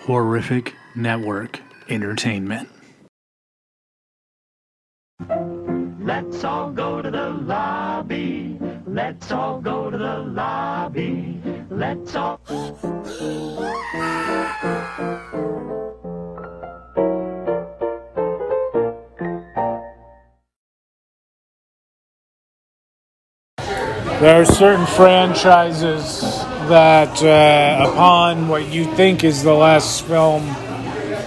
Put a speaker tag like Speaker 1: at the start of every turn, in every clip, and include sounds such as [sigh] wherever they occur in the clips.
Speaker 1: Horrific Network Entertainment.
Speaker 2: Let's all go to the lobby. Let's all go to the lobby. Let's all.
Speaker 3: There are certain franchises that, uh, upon what you think is the last film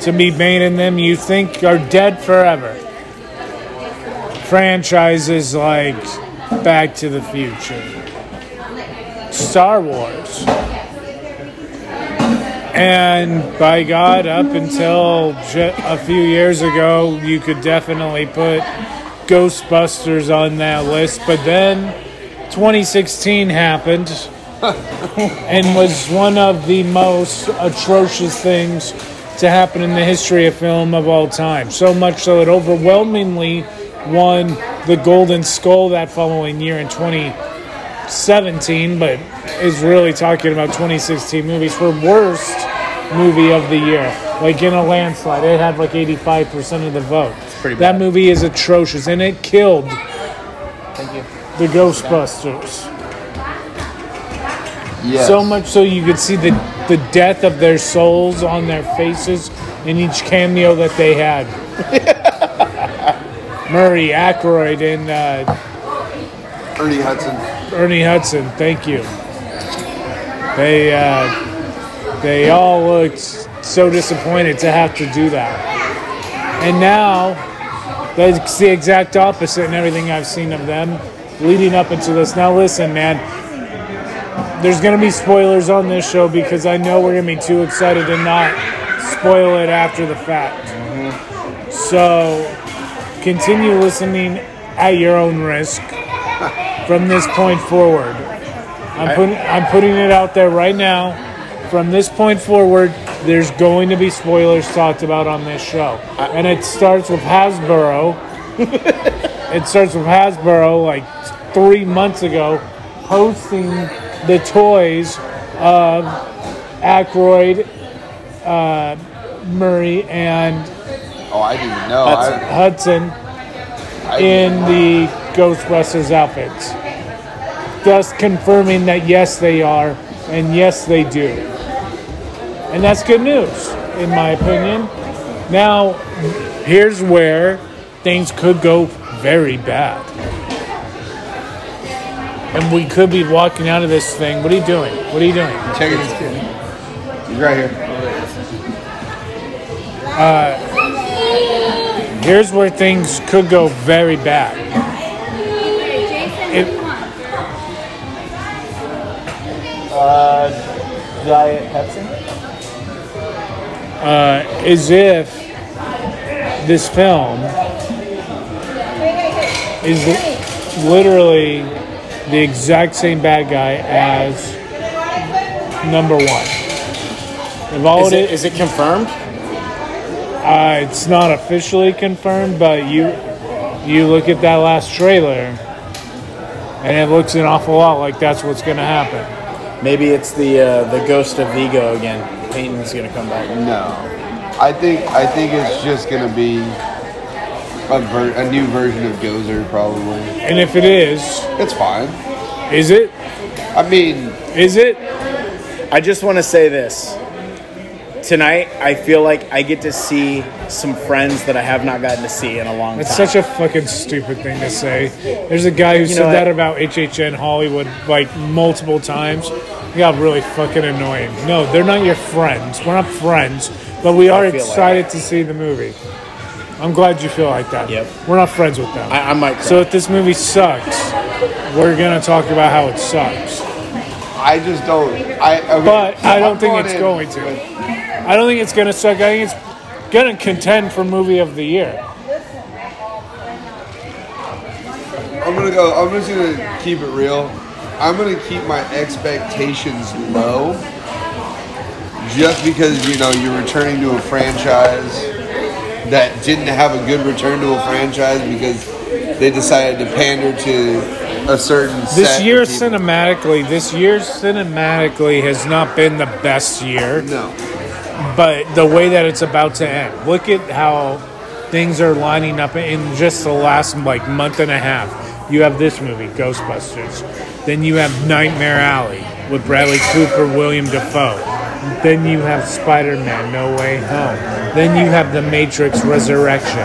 Speaker 3: to be made in them, you think are dead forever. Franchises like Back to the Future, Star Wars, and by God, up until ju- a few years ago, you could definitely put Ghostbusters on that list, but then. 2016 happened and was one of the most atrocious things to happen in the history of film of all time. So much so it overwhelmingly won the Golden Skull that following year in 2017, but is really talking about 2016 movies for worst movie of the year. Like in a landslide, it had like 85% of the vote. That movie is atrocious and it killed the Ghostbusters.
Speaker 4: Yes.
Speaker 3: So much so you could see the, the death of their souls on their faces in each cameo that they had. Murray Ackroyd and uh,
Speaker 4: Ernie Hudson.
Speaker 3: Ernie Hudson. Thank you. They uh, they all looked so disappointed to have to do that. And now that's the exact opposite in everything I've seen of them leading up into this. Now listen, man. There's gonna be spoilers on this show because I know we're gonna be too excited to not spoil it after the fact. So continue listening at your own risk from this point forward. I'm putting I'm putting it out there right now. From this point forward, there's going to be spoilers talked about on this show, and it starts with Hasbro. it starts with Hasbro like three months ago, hosting the toys of Aykroyd, uh, Murray, and
Speaker 4: Oh, I didn't even know. I,
Speaker 3: Hudson
Speaker 4: I,
Speaker 3: in the Ghostbusters outfits. Thus confirming that yes, they are, and yes, they do. And that's good news, in my opinion. Now, here's where things could go very bad. And we could be walking out of this thing. What are you doing? What are you doing?
Speaker 4: Check it. He's right here.
Speaker 3: Here's where things could go very bad. It,
Speaker 5: Diet Pepsi?
Speaker 3: uh, as if this film is li- literally the exact same bad guy as number one. If all
Speaker 5: Is
Speaker 3: it
Speaker 5: it, is it confirmed?
Speaker 3: uh, it's not officially confirmed, but you you look at that last trailer, and it looks an awful lot like that's what's going to happen.
Speaker 5: Maybe it's the uh, the ghost of Vigo again. Peyton's gonna come back.
Speaker 4: No, I think I think it's just gonna be a, ver- a new version of Gozer probably.
Speaker 3: And if it is,
Speaker 4: It's fine.
Speaker 3: is it?
Speaker 4: I mean,
Speaker 3: Is it?
Speaker 5: I just want to say this. Tonight, I feel like I get to see some friends that I have not gotten to see in a long
Speaker 3: That's
Speaker 5: time.
Speaker 3: such a fucking stupid thing to say. There's a guy who said
Speaker 5: know
Speaker 3: that
Speaker 5: what?
Speaker 3: about HHN Hollywood like multiple times. He got really fucking annoying. No, they're not your friends. We're not friends, but we are
Speaker 5: I feel like
Speaker 3: excited to see the movie. I'm glad you feel like that.
Speaker 5: Yep.
Speaker 3: We're not friends with them.
Speaker 5: I, I might.
Speaker 3: so
Speaker 5: So
Speaker 3: if this movie sucks, we're gonna talk about how it sucks.
Speaker 4: I just don't. I okay,
Speaker 3: But I don't
Speaker 4: I'm
Speaker 3: think it's going to. I don't think it's gonna suck. I think it's gonna contend for movie of the year.
Speaker 4: I'm gonna go. I'm just gonna keep it real. I'm gonna keep my expectations low, just because you know you're returning to a franchise that didn't have a good return to a franchise because they decided to pander to a certain.
Speaker 3: This
Speaker 4: set
Speaker 3: year
Speaker 4: of people.
Speaker 3: cinematically, this year cinematically has not been the best year.
Speaker 4: No,
Speaker 3: but the way that it's about to end. Look at how things are lining up in just the last like month and a half. You have this movie, Ghostbusters. Then you have Nightmare Alley with Bradley Cooper, William Defoe. Then you have Spider Man, No Way Home. Then you have The Matrix Resurrection.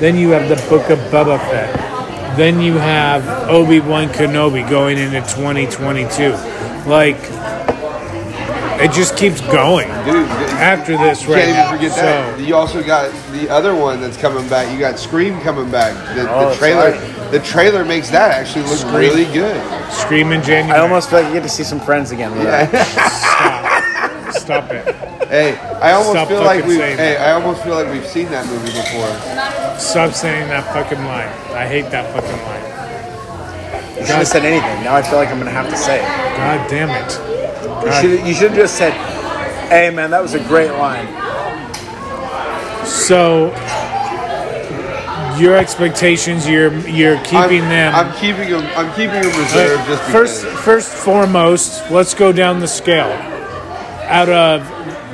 Speaker 3: Then you have The Book of Boba Fett. Then you have Obi Wan Kenobi going into 2022. Like, it just keeps going
Speaker 4: Dude,
Speaker 3: after this right
Speaker 4: can't
Speaker 3: now.
Speaker 4: even forget
Speaker 3: so,
Speaker 4: that. You also got the other one that's coming back. You got Scream coming back. The,
Speaker 5: Oh,
Speaker 4: the
Speaker 5: that's
Speaker 4: trailer,
Speaker 5: right.
Speaker 4: the trailer makes that actually look really good.
Speaker 3: Scream in January.
Speaker 5: I almost feel like I get to see some friends again. with that.
Speaker 3: stop. stop it.
Speaker 4: Hey, I almost
Speaker 3: Stop
Speaker 4: feel like
Speaker 3: fucking
Speaker 4: we.
Speaker 3: saying
Speaker 4: Hey, I almost feel like we've seen that movie before.
Speaker 3: Stop saying that fucking line. I hate that fucking line.
Speaker 5: You should have said anything. Now I feel like I'm gonna have to say it.
Speaker 3: God damn it.
Speaker 5: You should, you should have just said, "Hey man, that was a great line."
Speaker 3: So your expectations, you're you're keeping
Speaker 4: I'm,
Speaker 3: them.
Speaker 4: I'm keeping them. I'm keeping them reserved
Speaker 3: But
Speaker 4: just because.
Speaker 3: first, first foremost, let's go down the scale. Out of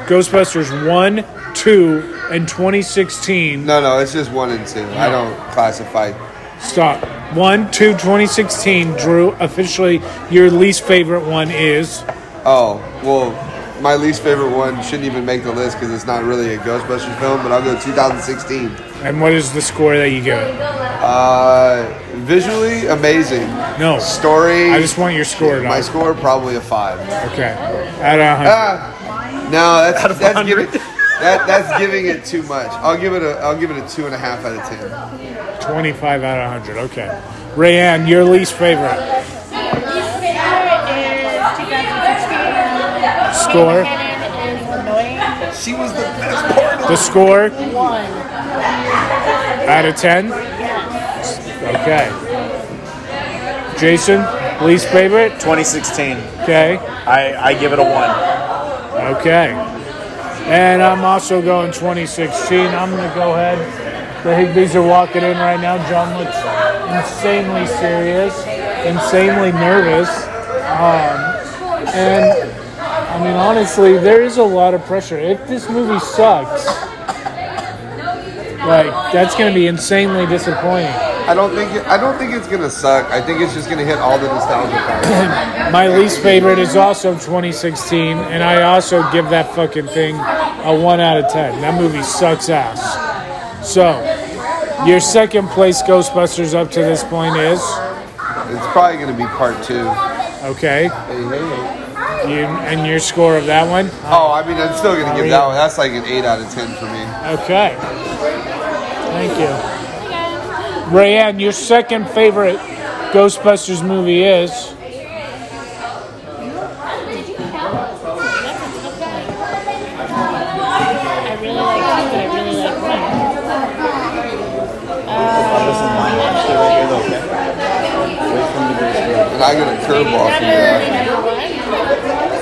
Speaker 3: Ghostbusters one, two, and 2016,
Speaker 4: no, no, it's just one and two. I don't classify.
Speaker 3: Stop. One, two, 2016, Drew, officially your least favorite one is.
Speaker 4: Oh well, my least favorite one shouldn't even make the list because it's not really a Ghostbusters film. But I'll go 2016.
Speaker 3: And what is the score that you give it?
Speaker 4: Uh, visually amazing.
Speaker 3: No.
Speaker 4: Story.
Speaker 3: I just want your score,
Speaker 4: my
Speaker 3: dog.
Speaker 4: score probably a five.
Speaker 3: Okay. Out of 100.
Speaker 4: Ah, no, that's
Speaker 5: Out of
Speaker 4: that's
Speaker 5: 100.
Speaker 4: giving that that's giving it too much. I'll give it a I'll give it a two and a half out of ten.
Speaker 3: 25 out of 100. Okay. Rayanne, your least favorite.
Speaker 6: Least favorite is 2016.
Speaker 3: Score?
Speaker 6: Hannon is annoying.
Speaker 4: She was the best part.
Speaker 3: The score
Speaker 6: One.
Speaker 3: out of 10? Okay. Jason, least favorite?
Speaker 5: 2016.
Speaker 3: Okay.
Speaker 5: I, I give it a one.
Speaker 3: Okay. And I'm also going 2016. I'm going to go ahead. The Higbees are walking in right now. John looks insanely serious, insanely nervous. Um, and I mean, honestly, there is a lot of pressure. If this movie sucks, like, that's going to be insanely disappointing.
Speaker 4: I don't think it, I don't think it's gonna suck. I think it's just gonna hit all the nostalgia cards.
Speaker 5: [coughs]
Speaker 3: My least favorite is also 2016, and I also give that fucking thing a 1 out of 10. That movie sucks ass. So, your second place Ghostbusters up to this point is
Speaker 4: It's probably gonna be part two.
Speaker 3: okay.
Speaker 4: Hey, hey.
Speaker 3: You and your score of that one?
Speaker 4: Oh, I mean, I'm still gonna give that one. That's like an eight out of ten for me.
Speaker 3: Okay. Thank you. Rayanne, your second favorite Ghostbusters movie is
Speaker 6: I really like two, but I really like one.
Speaker 4: And I got a curveball
Speaker 6: Number
Speaker 4: for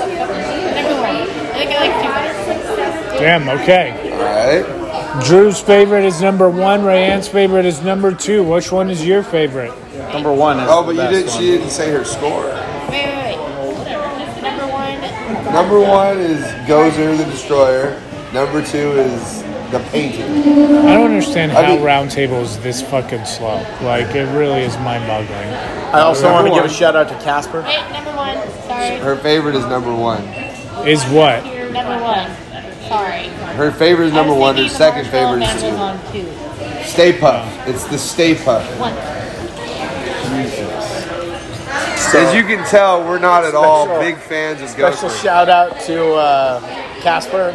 Speaker 4: you.
Speaker 6: number one. Number one. I think I like two better.
Speaker 3: Damn, okay.
Speaker 4: All right.
Speaker 3: Drew's favorite is number one, Rayanne's favorite is number two. Which one is your favorite?
Speaker 5: Number one is.
Speaker 4: Oh,
Speaker 5: the
Speaker 4: but you
Speaker 5: best
Speaker 4: didn't.
Speaker 5: one.
Speaker 4: She didn't say her score.
Speaker 6: Wait, wait, wait. Whatever. Number one.
Speaker 4: Number one is Gozer the Destroyer. Number two is the painting.
Speaker 3: I don't understand
Speaker 4: I
Speaker 3: how
Speaker 4: mean-
Speaker 3: Roundtable is this fucking slow. Like, it really is mind boggling.
Speaker 5: I also want to
Speaker 4: Number
Speaker 5: give a
Speaker 4: one.
Speaker 5: shout out to Casper.
Speaker 6: Wait, number one. Sorry.
Speaker 4: Her favorite is number one.
Speaker 3: Is what?
Speaker 6: Number one. Sorry.
Speaker 4: Her favorite is number
Speaker 6: I was
Speaker 4: one. Her
Speaker 6: thinking
Speaker 4: second
Speaker 6: Marshmallow
Speaker 4: favorite is
Speaker 6: Man
Speaker 4: two.
Speaker 6: was on two.
Speaker 4: Stay Puff. It's the Stay Puff.
Speaker 6: One.
Speaker 4: As you can tell, we're not at all
Speaker 5: Special-
Speaker 4: big fans of
Speaker 5: Special
Speaker 4: Ghostbusters.
Speaker 5: shout out to uh, Casper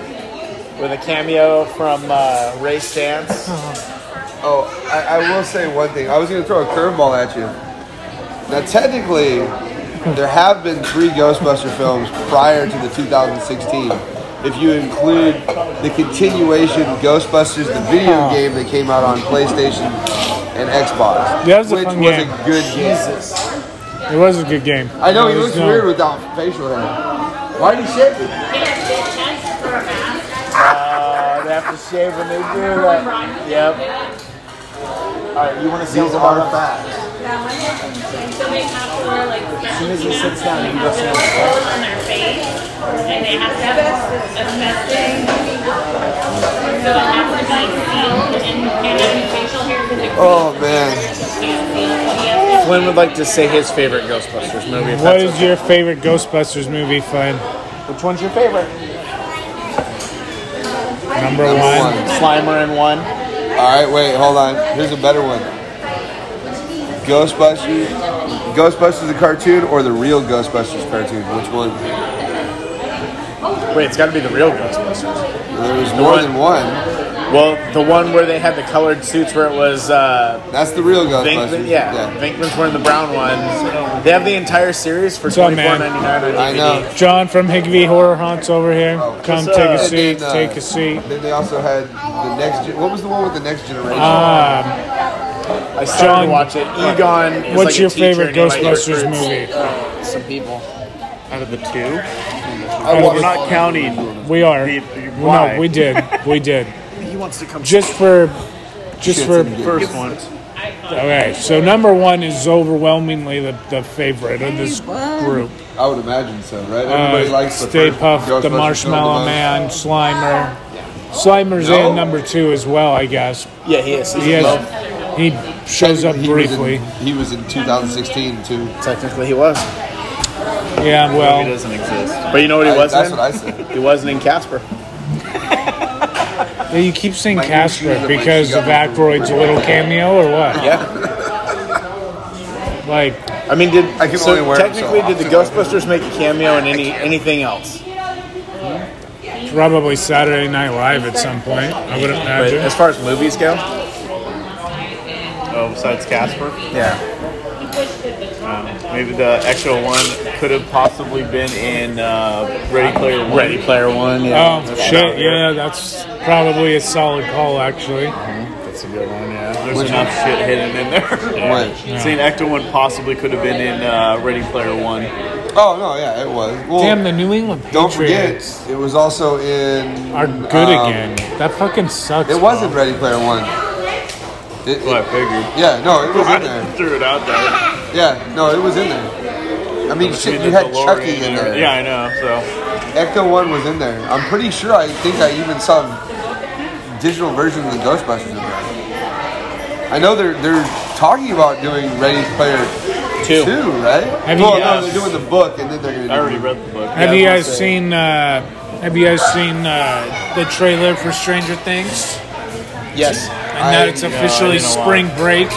Speaker 5: with a cameo from uh, Ray Stance.
Speaker 4: Oh, I, I will say one thing. I was going to throw a curveball at you. Now, technically, there have been three Ghostbuster films prior to the 2016. If you include the continuation Ghostbusters, the video game that came out on PlayStation and Xbox,
Speaker 3: That was a
Speaker 4: which
Speaker 3: fun
Speaker 4: was
Speaker 3: game.
Speaker 4: a good game.
Speaker 3: It was a good game.
Speaker 4: I know he
Speaker 3: It was
Speaker 4: looks
Speaker 3: no-
Speaker 4: weird without facial hair. Why did he shave it?
Speaker 5: Uh, they have to shave when they do that. Yep. All right, you want to see
Speaker 4: These
Speaker 5: a
Speaker 4: are
Speaker 5: lot of
Speaker 4: facts.
Speaker 6: so they have to wear like specialty masks that they have to hold on their face, and they have to have asbestos. So it has to be sealed and can't have any facial hair because it
Speaker 4: Oh man,
Speaker 6: can't seal. So he has to-
Speaker 5: Flynn would like to say his favorite Ghostbusters movie. If
Speaker 3: What
Speaker 5: that's
Speaker 3: is your favorite Ghostbusters movie, Flynn?
Speaker 5: Which one's your favorite?
Speaker 3: Number
Speaker 4: number
Speaker 3: one.
Speaker 4: one.
Speaker 5: Slimer and one.
Speaker 4: All right, wait, hold on. Here's a better one. Ghostbusters, Ghostbusters the cartoon or the real Ghostbusters cartoon? Which one?
Speaker 5: Wait, it's got to be the real Ghostbusters.
Speaker 4: There was more than one.
Speaker 5: Well, the one where they had the colored suits, where it was uh,
Speaker 4: That's the real Ghostbusters.
Speaker 5: Vinkman. Yeah, Vinkman's wearing the brown ones. They have the entire series for
Speaker 3: What's up,
Speaker 5: twenty four
Speaker 3: man?
Speaker 5: ninety nine on DVD.
Speaker 4: I know.
Speaker 3: John from Higby Horror Haunts over here. Come
Speaker 5: What's
Speaker 3: take a
Speaker 5: up?
Speaker 3: seat.
Speaker 4: And then, uh,
Speaker 3: Take a seat.
Speaker 4: Then they also had the next. Gen- what was the one with the next generation?
Speaker 3: Um,
Speaker 5: I started
Speaker 3: John,
Speaker 5: to watch it. Egon. Is
Speaker 3: what's
Speaker 5: like a
Speaker 3: your
Speaker 5: teacher
Speaker 3: favorite
Speaker 5: and he, like,
Speaker 3: Ghostbusters
Speaker 5: recruits
Speaker 3: movie?
Speaker 5: Some people.
Speaker 7: Out of the two,
Speaker 4: I
Speaker 7: we're
Speaker 4: watched-
Speaker 7: not counting.
Speaker 3: Uh, we are.
Speaker 7: The- why?
Speaker 3: No, we did. We did.
Speaker 5: He wants to come.
Speaker 3: Just for. Just
Speaker 4: Shit's
Speaker 3: for.
Speaker 4: in here.
Speaker 7: First one.
Speaker 3: Okay, so number one is overwhelmingly the, the favorite of this group.
Speaker 4: I would imagine so, right? Everybody
Speaker 3: Uh,
Speaker 4: likes the
Speaker 3: Stay
Speaker 4: first
Speaker 3: Puffed, the
Speaker 4: Ghostbusters
Speaker 3: Marshmallow
Speaker 4: film the
Speaker 3: Man, Slimer. Slimer's
Speaker 4: No.
Speaker 3: in number two as well, I guess.
Speaker 5: yeah, he is. He's
Speaker 3: He
Speaker 5: in
Speaker 3: has,
Speaker 5: love.
Speaker 3: he shows up
Speaker 4: most. He was in-
Speaker 3: briefly.
Speaker 4: He was in 2016 too.
Speaker 5: Technically, he was.
Speaker 7: Oh.
Speaker 3: Yeah,
Speaker 7: He
Speaker 3: well,
Speaker 7: doesn't exist.
Speaker 5: But you know what he
Speaker 4: I-
Speaker 5: wasn't.
Speaker 4: that's
Speaker 5: in?
Speaker 4: what I said.
Speaker 5: He wasn't in Casper.
Speaker 3: you keep saying
Speaker 4: Like,
Speaker 3: Casper
Speaker 4: you-
Speaker 3: because of Ackroyd's little cameo or what?
Speaker 4: [laughs]
Speaker 5: Yeah.
Speaker 3: Like,
Speaker 5: I mean, did
Speaker 4: I can
Speaker 5: so
Speaker 4: only wear him so
Speaker 5: technically did the
Speaker 4: often.
Speaker 5: Ghostbusters make a cameo in any anything else?
Speaker 3: probably Saturday Night Live at some point, I would
Speaker 5: But
Speaker 3: imagine.
Speaker 5: as far as movies go,
Speaker 7: Oh, besides Casper, Um,
Speaker 5: yeah.
Speaker 7: maybe the extra one could have possibly been in uh, Ready Player One.
Speaker 5: Ready Player One. Yeah.
Speaker 3: Oh, shit, yeah, that's probably a solid call, actually.
Speaker 5: That's a good one. Yeah.
Speaker 7: There's enough shit hidden in there.
Speaker 4: What?
Speaker 7: Seeing Ecto One possibly could have been in uh, Ready Player One.
Speaker 4: Oh no, yeah, it was. Well,
Speaker 3: Damn, the New England
Speaker 4: don't
Speaker 3: Patriots
Speaker 4: forget, it was also in.
Speaker 3: are good
Speaker 4: um,
Speaker 3: again. That fucking sucks.
Speaker 4: It wasn't
Speaker 3: bro.
Speaker 4: Ready Player One. It-
Speaker 7: Well, I
Speaker 4: it-
Speaker 7: figured.
Speaker 4: yeah, no, it was in
Speaker 7: I
Speaker 4: there.
Speaker 7: [laughs] threw it out there.
Speaker 4: Yeah, no, it was in there. I
Speaker 5: Oh,
Speaker 4: mean, shit, you
Speaker 7: The
Speaker 4: had
Speaker 7: DeLorean
Speaker 4: Chucky in
Speaker 7: and everything.
Speaker 4: there.
Speaker 7: Yeah, I know. So
Speaker 4: Ecto One was in there. I'm pretty sure. I think I even saw digital version of the Ghostbusters in there. I know they're they're talking about doing Ready Player
Speaker 5: Two.
Speaker 4: right?
Speaker 3: Have
Speaker 4: well,
Speaker 3: you-
Speaker 4: no, they're doing the book, and then they're gonna.
Speaker 7: I already
Speaker 4: do
Speaker 7: read the book.
Speaker 3: Have
Speaker 7: Yeah,
Speaker 3: you
Speaker 7: I was
Speaker 3: guys
Speaker 7: gonna
Speaker 3: seen?
Speaker 7: say-
Speaker 3: Uh, have you guys seen uh, the trailer for Stranger Things?
Speaker 5: Yes.
Speaker 3: And
Speaker 4: I-
Speaker 3: now it's
Speaker 4: no, I
Speaker 3: officially
Speaker 7: didn't watch.
Speaker 3: spring break.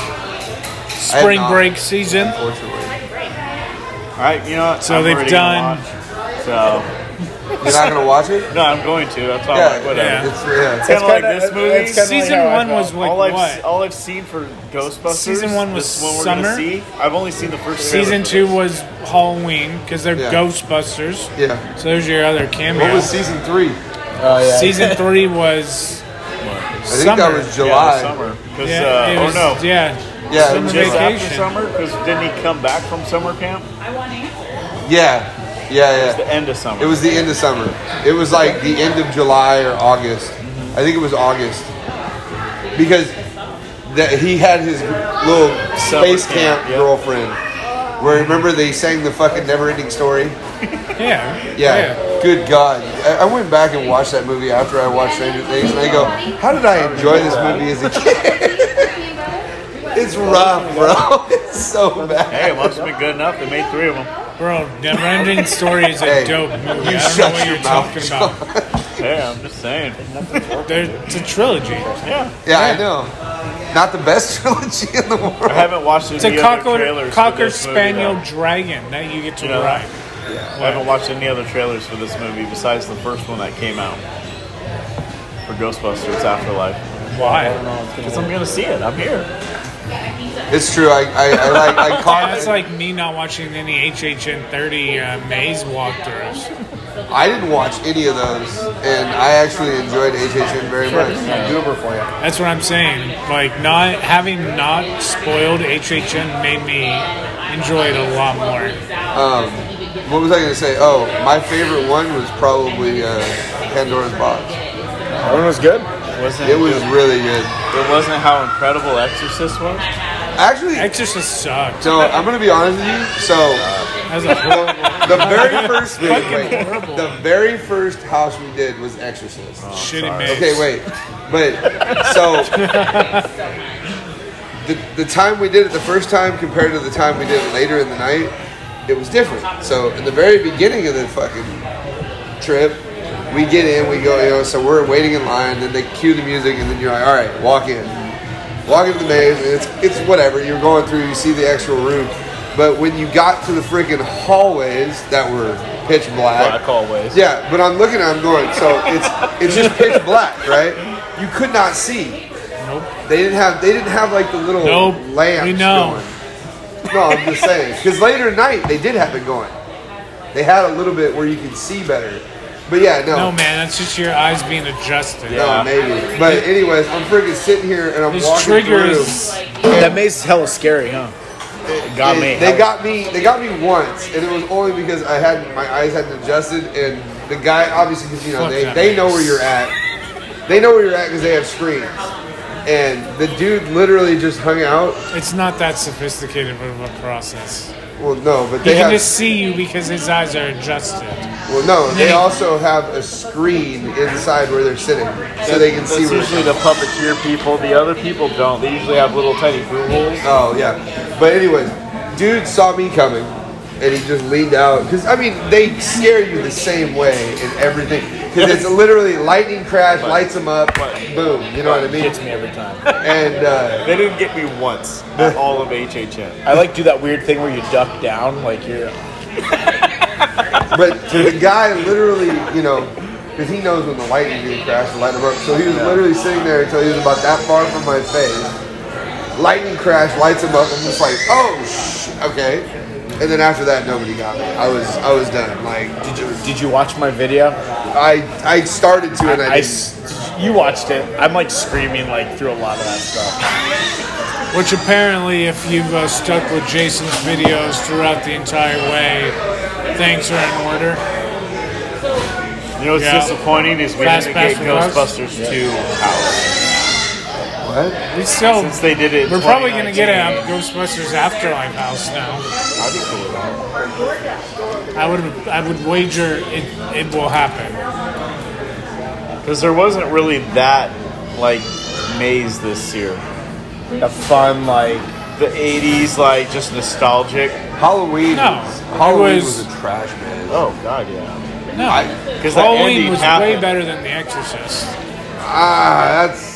Speaker 3: Spring
Speaker 4: not.
Speaker 3: break season.
Speaker 7: All right, you know what?
Speaker 3: So
Speaker 7: I'm
Speaker 3: they've
Speaker 7: already
Speaker 3: done-
Speaker 7: gonna watch. So
Speaker 4: You're not gonna watch it?
Speaker 7: no, I'm going to. That's all.
Speaker 4: Yeah,
Speaker 7: like, whatever.
Speaker 3: yeah.
Speaker 4: It's, yeah.
Speaker 7: Kind of like
Speaker 5: kinda-
Speaker 7: this movie.
Speaker 5: it's kinda
Speaker 3: Season
Speaker 5: how I
Speaker 3: one
Speaker 5: felt.
Speaker 3: was like
Speaker 7: all I've
Speaker 3: what?
Speaker 7: all I've seen for Ghostbusters.
Speaker 3: Season one was
Speaker 7: this one we're gonna
Speaker 3: summer.
Speaker 7: See, I've only seen the first. trailer
Speaker 3: Season
Speaker 7: for
Speaker 3: two
Speaker 7: this.
Speaker 3: was Halloween because they're
Speaker 4: Yeah.
Speaker 3: Ghostbusters.
Speaker 4: yeah.
Speaker 3: So there's your other cameo.
Speaker 4: What was season three?
Speaker 5: Oh yeah.
Speaker 3: Season three was
Speaker 4: I think
Speaker 3: summer.
Speaker 4: that was
Speaker 7: Yeah,
Speaker 4: July.
Speaker 7: the summer. 'Cause,
Speaker 3: Yeah,
Speaker 7: uh,
Speaker 3: it was-
Speaker 7: oh no.
Speaker 3: Yeah,
Speaker 4: Yeah,
Speaker 3: summer
Speaker 4: it was
Speaker 7: Just
Speaker 3: vacation.
Speaker 7: after summer, because didn't he come back from summer camp?
Speaker 4: yeah, yeah,
Speaker 7: The
Speaker 4: yeah.
Speaker 7: end of summer.
Speaker 4: It was the end of summer. It was like the end of July or August. I think it was August because that he had his little
Speaker 7: Summer
Speaker 4: space camp,
Speaker 7: camp, yep.
Speaker 4: girlfriend. Where remember they sang the fucking never ending story.
Speaker 3: Oh, Yeah.
Speaker 4: Yeah. Good God. I, I went back and watched that movie after I watched Stranger Things, and I go, how did I enjoy this movie as a kid? [laughs] it's rough, bro. [laughs] It's so bad.
Speaker 7: Hey, it must have been good enough. They made three of them.
Speaker 3: Bro, Never Ending Story is a
Speaker 4: Hey,
Speaker 3: dope movie.
Speaker 4: you
Speaker 3: I don't know
Speaker 4: shut
Speaker 3: what
Speaker 4: your
Speaker 3: you're
Speaker 4: mouth,
Speaker 3: talking
Speaker 4: John.
Speaker 3: about.
Speaker 7: Hey, I'm just saying. [laughs]
Speaker 3: There- it's a trilogy.
Speaker 7: Yeah,
Speaker 4: [laughs] Yeah, I know. Not the best [laughs] trilogy in the
Speaker 7: I
Speaker 4: world.
Speaker 7: haven't watched any
Speaker 3: It's a
Speaker 7: other
Speaker 3: cocker,
Speaker 7: trailers. for
Speaker 3: cocker
Speaker 7: this movie,
Speaker 3: spaniel
Speaker 7: though.
Speaker 3: dragon that you get to
Speaker 7: You know,
Speaker 3: ride.
Speaker 7: I haven't watched any other trailers for this movie besides the first one that came out for Ghostbusters Afterlife.
Speaker 3: Why?
Speaker 7: Because I'm gonna see it. I'm here.
Speaker 4: It's true. I, I, I
Speaker 3: [laughs]
Speaker 4: like I caught.
Speaker 3: That's like me not watching any HHN 30 uh, maze walkthroughs.
Speaker 4: I didn't watch any of those, and I actually enjoyed HHN very much. Goober for you.
Speaker 3: That's what I'm saying. Like not having not spoiled HHN made me enjoy it a lot more.
Speaker 4: Um, what was I gonna say? Oh, my favorite one was probably uh, Pandora's Box.
Speaker 5: That one was good.
Speaker 7: Wasn't
Speaker 4: It was really good.
Speaker 7: It wasn't how incredible Exorcist was.
Speaker 4: Actually,
Speaker 3: Exorcist sucked.
Speaker 4: no, I'm gonna be honest with you. So
Speaker 3: That was a horrible. [laughs]
Speaker 4: the very first wait,
Speaker 3: Fucking
Speaker 4: wait.
Speaker 3: horrible.
Speaker 4: the very first house we did was Exorcist.
Speaker 3: Shitty mix.
Speaker 4: Okay, wait, but so the the time we did it the first time compared to the time we did it later in the night, it was different. So in the very beginning of the fucking trip, we get in, we go, you know, so we're waiting in line, then they cue the music, and then you're like, all right, walk in walk into the maze, and it's it's whatever. You're going through, you see the actual room, but when you got to the freaking hallways that were pitch black,
Speaker 7: Black hallways.
Speaker 4: yeah. But I'm looking, at I'm going, so it's it's just
Speaker 3: [laughs]
Speaker 4: pitch black, right? You could not see.
Speaker 3: Nope.
Speaker 4: They didn't have they didn't have like the little
Speaker 3: Nope.
Speaker 4: lamps
Speaker 3: We know.
Speaker 4: going. No, I'm just saying because later at night they did have it going. They had a little bit where you could see better, but yeah,
Speaker 3: No, man, that's just your eyes being adjusted.
Speaker 4: No,
Speaker 7: Yeah.
Speaker 4: maybe. But anyways, I'm freaking sitting here and I'm
Speaker 3: These
Speaker 4: walking
Speaker 3: triggers-
Speaker 4: through.
Speaker 5: That maze is hella scary, huh? It got
Speaker 4: and
Speaker 5: me.
Speaker 4: They got me. They got me once, and it was only because I hadn't. My eyes hadn't adjusted, and the guy obviously because you know
Speaker 3: Fuck
Speaker 4: they,
Speaker 3: that
Speaker 4: they know
Speaker 3: maze.
Speaker 4: where you're at. They know where you're at because they have screens. And the dude literally just hung out.
Speaker 3: It's not that sophisticated of a process.
Speaker 4: Well, no, but
Speaker 3: He
Speaker 4: they
Speaker 3: can
Speaker 4: have.
Speaker 3: just see you because his eyes are adjusted.
Speaker 4: Well, no, they also have a screen inside where they're sitting, so they can
Speaker 7: That's
Speaker 4: see where.
Speaker 7: usually the puppeteer people. The other people don't. They usually have little tiny brew holes.
Speaker 4: Oh yeah, but anyways, dude saw me coming, and he just leaned out because I mean they scare you the same way in everything because it's literally lightning crash lights them up, boom. You know what I
Speaker 5: [laughs]
Speaker 4: mean?
Speaker 5: Gets me every time.
Speaker 4: And uh,
Speaker 7: They didn't get me once at all of HHN.
Speaker 5: I like do that weird thing where you duck down, like you're.
Speaker 4: but the guy literally, you know, because he knows when the lightning dude crashes, light him up. So he was literally sitting there until he was about that far from my face. Lightning crash lights him up. I'm just like, oh, sh- okay. And then after that, nobody got me. I was I was done. Like,
Speaker 5: Did you Did you watch my video?
Speaker 4: I I started to and I,
Speaker 5: I
Speaker 4: didn't.
Speaker 5: s- you watched it. I'm like screaming like through a lot of that stuff.
Speaker 3: Which apparently, if you've uh, stuck with Jason's videos throughout the entire way, things are in order.
Speaker 7: You know what's
Speaker 3: Yeah.
Speaker 7: disappointing is we
Speaker 3: Fast
Speaker 7: didn't get
Speaker 3: Fast
Speaker 7: Ghostbusters 2 house.
Speaker 4: what?
Speaker 3: We still,
Speaker 7: Since they did it in
Speaker 3: Oh, we're probably gonna get a
Speaker 7: 2019.
Speaker 3: Ghostbusters Afterlife house now.
Speaker 7: I'd be cool with that.
Speaker 3: I would, I would wager it, it will happen.
Speaker 7: Because there wasn't really that, like, maze this year.
Speaker 5: The fun like
Speaker 7: The 80s, like, just nostalgic.
Speaker 4: Halloween.
Speaker 3: No,
Speaker 4: was,
Speaker 3: it
Speaker 4: Halloween was,
Speaker 3: was-
Speaker 4: a trash man.
Speaker 7: Oh, God, yeah.
Speaker 3: No,
Speaker 7: Because that
Speaker 3: Halloween
Speaker 7: ending
Speaker 3: was
Speaker 7: happened.
Speaker 3: way better than The Exorcist.
Speaker 4: Ah, that's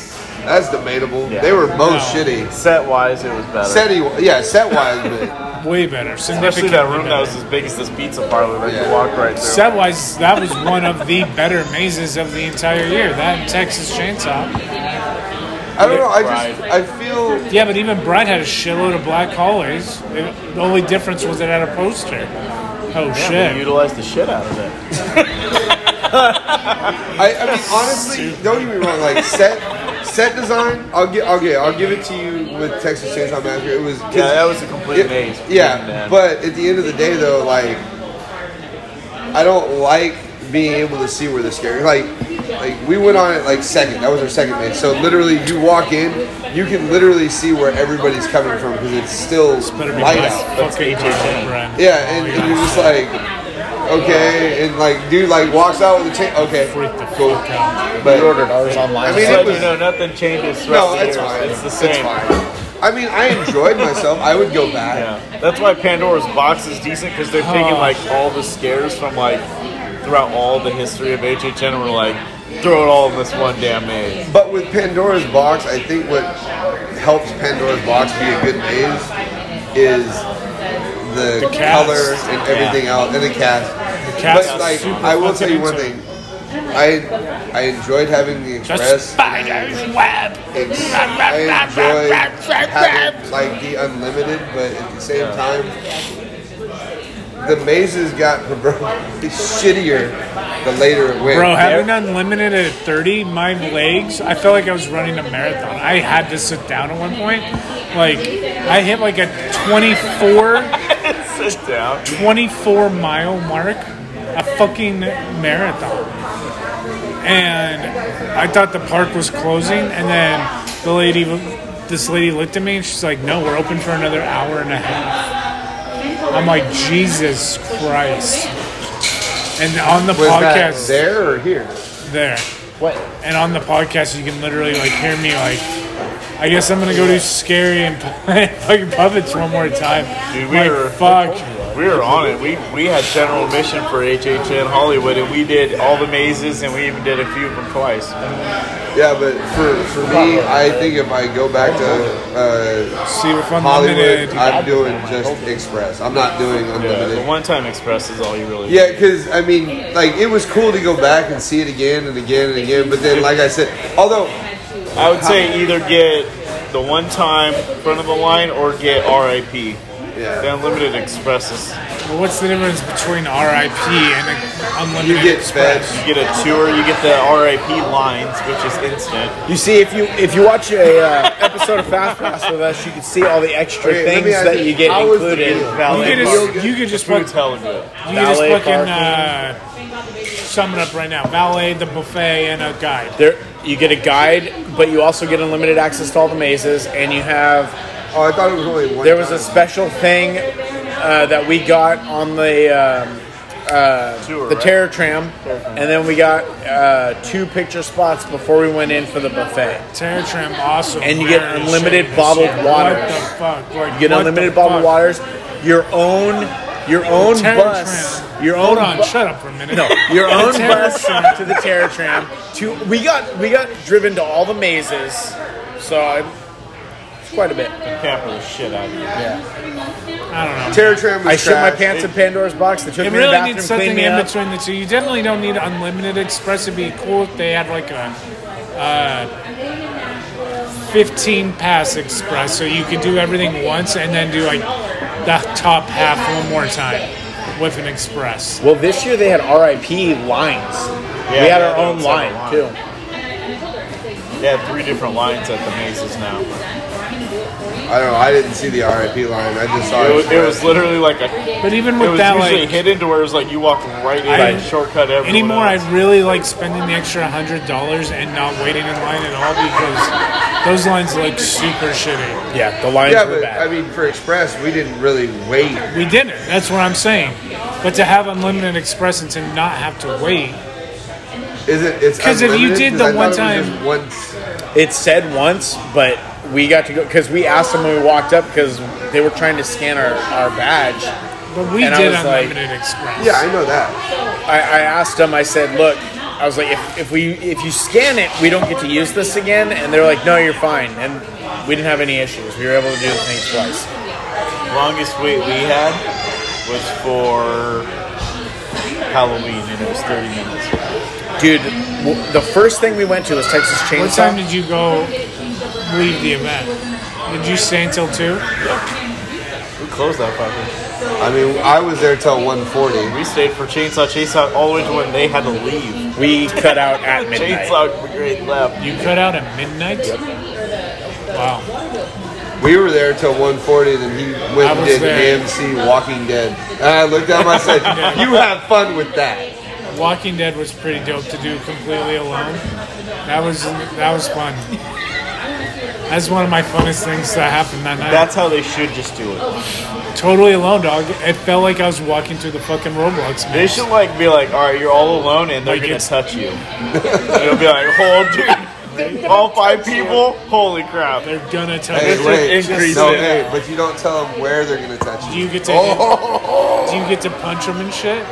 Speaker 4: that's debatable.
Speaker 7: Yeah.
Speaker 4: They were both
Speaker 3: No.
Speaker 4: shitty.
Speaker 7: Set-wise, it was better.
Speaker 4: Set yeah, set wise, but
Speaker 3: Way better,
Speaker 7: Especially
Speaker 3: significantly
Speaker 7: that room that
Speaker 3: better.
Speaker 7: was as big as this pizza parlor that
Speaker 4: Yeah.
Speaker 7: you walk right through.
Speaker 3: Set wise, that was one of the better mazes of the entire year. That and Texas Chainsaw.
Speaker 4: I don't know. I just
Speaker 7: Right.
Speaker 4: I feel
Speaker 3: Yeah, but even Brett had a shitload of black hallways. It- the only difference was it had a poster. Oh
Speaker 7: Yeah, we
Speaker 3: shit!
Speaker 7: utilized the shit out of it.
Speaker 4: I, I mean honestly, don't get me wrong. Like set set design, I'll get I'll get I'll give it to you with Texas Chainsaw Massacre. It was
Speaker 7: Yeah, that was a complete
Speaker 4: it-
Speaker 7: maze.
Speaker 4: Yeah,
Speaker 7: Man.
Speaker 4: but at the end of the day, though, like I don't like being able to see where the scary like like we went on it like second. That was our second maze. So literally, you walk in, you can literally see where everybody's coming from because it's still
Speaker 3: Better be
Speaker 4: light
Speaker 3: black
Speaker 4: out.
Speaker 3: fucking hallway, Brett.
Speaker 4: Yeah, and, and you're just like, okay, and like dude like walks out with a chain. Okay,
Speaker 3: Freak the
Speaker 4: cool.
Speaker 3: fuck out.
Speaker 4: But
Speaker 5: ordered ours online.
Speaker 4: I mean,
Speaker 7: So,
Speaker 4: it was-
Speaker 7: you know, nothing changes.
Speaker 4: no,
Speaker 7: throughout the
Speaker 4: it's
Speaker 7: years.
Speaker 4: fine.
Speaker 7: It's the same.
Speaker 4: fine. I mean, I enjoyed myself. I would go back.
Speaker 7: Yeah, that's why Pandora's box is decent because they're
Speaker 3: Oh.
Speaker 7: taking like all the scares from like throughout all the history of HHN. And we're like, throw it all in this one damn maze.
Speaker 4: But with Pandora's box, I think what helps Pandora's box be a good maze is the,
Speaker 3: The cast.
Speaker 4: color and everything else, and the cast.
Speaker 3: The cast
Speaker 4: but
Speaker 3: is
Speaker 4: like,
Speaker 3: super
Speaker 4: I will tell
Speaker 3: fucking
Speaker 4: you one
Speaker 3: into
Speaker 4: thing. I I enjoyed having the
Speaker 3: The
Speaker 4: express.
Speaker 3: spider's web.
Speaker 4: and I enjoyed having like the unlimited, but at the same time, the mazes got [laughs] proverbially shittier the later it went.
Speaker 3: Bro, having unlimited at 30, my legs, I felt like I was running a marathon. I had to sit down at one point. Like, I hit like a 24,
Speaker 7: Sit down.
Speaker 3: 24 mile mark, a fucking marathon. And I thought the park was closing, and then the lady w- this lady looked at me and she's like, "No, we're open for another hour and a half." I'm like, "Jesus Christ!" And on the
Speaker 4: Was that
Speaker 3: podcast,
Speaker 4: there or here?
Speaker 3: there.
Speaker 5: What?
Speaker 3: And on the podcast, you can literally like hear me like. I guess I'm gonna go do scary and [laughs] fucking puppets one more time.
Speaker 7: Dude, we
Speaker 3: like,
Speaker 7: were-
Speaker 3: fuck.
Speaker 7: We were on it. We we had general admission for HHN Hollywood, and we did all the mazes, and we even did a few of them twice.
Speaker 4: Yeah, but for, for me, I think if I go back to uh,
Speaker 3: See if I'm
Speaker 4: Hollywood,
Speaker 3: limited.
Speaker 4: I'm doing just Express. I'm not doing
Speaker 7: Yeah, the
Speaker 4: unlimited.
Speaker 7: one time express is all you really.
Speaker 4: Yeah, because I mean, like it was cool to go back and see it again and again and again. But then, like I said, although
Speaker 7: I would say either get the one time front of the line or get RIP.
Speaker 4: Yeah.
Speaker 7: The unlimited express is
Speaker 3: But what's the difference between RIP and a-
Speaker 4: you
Speaker 3: unlimited
Speaker 4: get fed,
Speaker 3: express?
Speaker 7: you get a tour, you get the RIP lines, which is instant.
Speaker 5: You see, if you if you watch a uh, episode of Fast Pass with us, you can see all the extra
Speaker 4: Okay, let me
Speaker 5: things
Speaker 4: ask
Speaker 5: that
Speaker 4: you,
Speaker 5: you get
Speaker 4: how was the
Speaker 5: included.
Speaker 4: meal?
Speaker 3: You
Speaker 5: Valet
Speaker 3: could
Speaker 5: parking.
Speaker 3: just, you could just
Speaker 7: Food's
Speaker 3: fuck-
Speaker 7: hella good.
Speaker 3: you could just
Speaker 5: Valet
Speaker 3: fucking
Speaker 5: parking.
Speaker 3: uh, sum it up right now. Valet, the buffet, and a guide.
Speaker 5: There, you get a guide, but you also get unlimited access to all the mazes, and you have
Speaker 4: Oh, I thought it was only one.
Speaker 5: There was
Speaker 4: time.
Speaker 5: a special thing uh, that we got on the um, uh,
Speaker 7: Tour,
Speaker 5: the
Speaker 7: right?
Speaker 5: terror tram, and then we got uh, two picture spots before we went in for the buffet.
Speaker 3: Terror Trim, awesome.
Speaker 5: And you get
Speaker 3: Rare as
Speaker 5: unlimited
Speaker 3: shit.
Speaker 5: bottled
Speaker 3: What the
Speaker 5: waters.
Speaker 3: fuck? Like,
Speaker 5: You get
Speaker 3: what
Speaker 5: unlimited
Speaker 3: the
Speaker 5: bottled
Speaker 3: fuck?
Speaker 5: waters, your own, your own
Speaker 3: Terror
Speaker 5: bus,
Speaker 3: Tram.
Speaker 5: your own.
Speaker 3: Hold on,
Speaker 5: bu-
Speaker 3: shut up for a minute.
Speaker 5: no, your own
Speaker 3: Terror
Speaker 5: bus
Speaker 3: Tram.
Speaker 5: to the terror tram. To we got we got driven to all the mazes, so I, it's quite a bit.
Speaker 7: Pamper the shit out of you.
Speaker 3: I don't know.
Speaker 4: Terror Tram. Was
Speaker 5: I shit my
Speaker 4: trash.
Speaker 5: pants in Pandora's box. They took
Speaker 3: It
Speaker 5: me to the
Speaker 3: really
Speaker 5: bathroom,
Speaker 3: needs
Speaker 5: cleaned
Speaker 3: something
Speaker 5: me
Speaker 3: in
Speaker 5: up.
Speaker 3: between the two. You definitely don't need unlimited express. It'd be cool if they had like a uh, 15 pass express, so you could do everything once and then do like the top half one more time with an express.
Speaker 5: Well, this year they had RIP lines. we had our
Speaker 7: yeah,
Speaker 5: own
Speaker 7: it's
Speaker 5: line,
Speaker 7: like a line.
Speaker 5: too.
Speaker 7: They have three different lines at the mazes now.
Speaker 4: I don't know. I didn't see the RIP line. I just saw
Speaker 7: It was, it
Speaker 4: Express.
Speaker 7: was literally like a.
Speaker 3: But even
Speaker 7: It
Speaker 3: with
Speaker 7: was
Speaker 3: that,
Speaker 7: usually
Speaker 3: like
Speaker 7: hidden to where it was like you walk right in,
Speaker 3: I-
Speaker 7: and shortcut everyone.
Speaker 3: anymore, I
Speaker 7: else.
Speaker 3: really like spending the extra hundred dollars and not waiting in line at all because those lines look super shitty.
Speaker 5: Yeah, the lines
Speaker 4: Yeah,
Speaker 5: were
Speaker 4: but
Speaker 5: bad.
Speaker 4: I mean, for Express, we didn't really wait.
Speaker 3: We didn't. That's what I'm saying. But to have unlimited express and to not have to wait.
Speaker 4: Is it? It's
Speaker 3: 'Cause if you
Speaker 4: unlimited?
Speaker 3: did
Speaker 4: 'Cause
Speaker 3: the
Speaker 4: I thought
Speaker 3: one
Speaker 4: it was
Speaker 3: time-
Speaker 4: just once.
Speaker 5: it said once, but we got to go because we asked them when we walked up because they were trying to scan our, our badge.
Speaker 3: But we
Speaker 5: And I
Speaker 3: did
Speaker 5: was like-
Speaker 3: unlimited express.
Speaker 4: Yeah, I know that.
Speaker 5: I, I asked them. I said, "Look, I was like, if, if we if you scan it, we don't get to use this again." And they're like, "No, you're fine." And we didn't have any issues. We were able to do the things twice.
Speaker 7: longest wait we had was for Halloween, and it was 30 minutes.
Speaker 5: Dude, w- the first thing we went to was Texas Chainsaw.
Speaker 3: What time did you go leave the event? Did you stay until two?
Speaker 7: We closed that fucker.
Speaker 4: I mean, I was there till 1:40.
Speaker 7: We stayed for Chainsaw Chase Out all the way to when they had to leave.
Speaker 5: we cut out at midnight.
Speaker 7: Chainsaw Brigade left.
Speaker 3: You cut out at midnight. Wow.
Speaker 4: We were there till 1:40. Then he
Speaker 3: I
Speaker 4: went and
Speaker 3: was
Speaker 4: did
Speaker 3: there.
Speaker 4: AMC Walking Dead. And I looked at him.
Speaker 3: [laughs]
Speaker 4: I said, "You have fun with that."
Speaker 3: Walking Dead was pretty dope to do completely alone. That was that was fun. That's one of my funnest things that happened that night.
Speaker 7: That's how they should just do it.
Speaker 3: totally alone, dog. It felt like I was walking through the fucking Roblox
Speaker 7: They
Speaker 3: maze.
Speaker 7: should like be like, all right, you're all alone, and they're
Speaker 3: Like
Speaker 7: gonna
Speaker 3: it's-
Speaker 7: touch you. They'll be like,
Speaker 3: [laughs]
Speaker 7: hold, dude, all five people, holy crap.
Speaker 3: They're gonna touch
Speaker 4: Hey,
Speaker 3: you.
Speaker 4: wait,
Speaker 7: increase
Speaker 4: no,
Speaker 7: it.
Speaker 4: hey, but you don't tell them where they're gonna touch
Speaker 3: Do
Speaker 4: you.
Speaker 3: you
Speaker 4: Oh.
Speaker 3: get to [laughs] do you get to punch them and shit?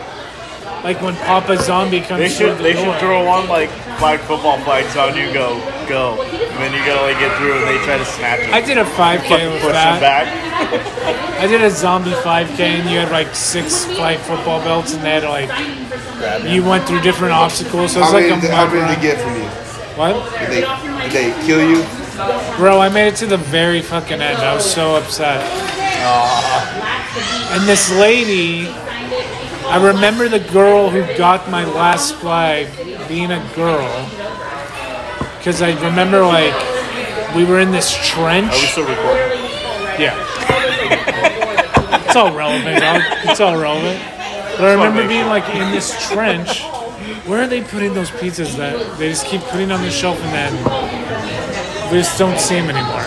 Speaker 3: Like when Papa Zombie comes
Speaker 7: They
Speaker 3: through
Speaker 7: should
Speaker 3: the
Speaker 7: they
Speaker 3: door.
Speaker 7: should throw one like flag football flags on you. Go go, and then you gotta like get through, and they try to snatch you.
Speaker 3: I did a 5K
Speaker 7: fucking
Speaker 3: with
Speaker 7: push
Speaker 3: that.
Speaker 7: them back.
Speaker 3: I did a zombie 5K and you had like six flag football belts and they had like you went through different obstacles. So it was
Speaker 4: How many?
Speaker 3: like a
Speaker 4: How
Speaker 3: mud
Speaker 4: many did
Speaker 3: run.
Speaker 4: they get from you?
Speaker 3: What?
Speaker 4: Did they, did they kill you?
Speaker 3: Bro, I made it to the very fucking end. I was so upset. And this lady, I remember the girl who got my last flag being a girl. Because I remember like we were in this trench.
Speaker 7: Still recording.
Speaker 3: Yeah. it's all relevant, dog. It's all relevant. But I remember being like in this trench. Where are they putting those pizzas that they just keep putting on the shelf and then we just don't see them anymore?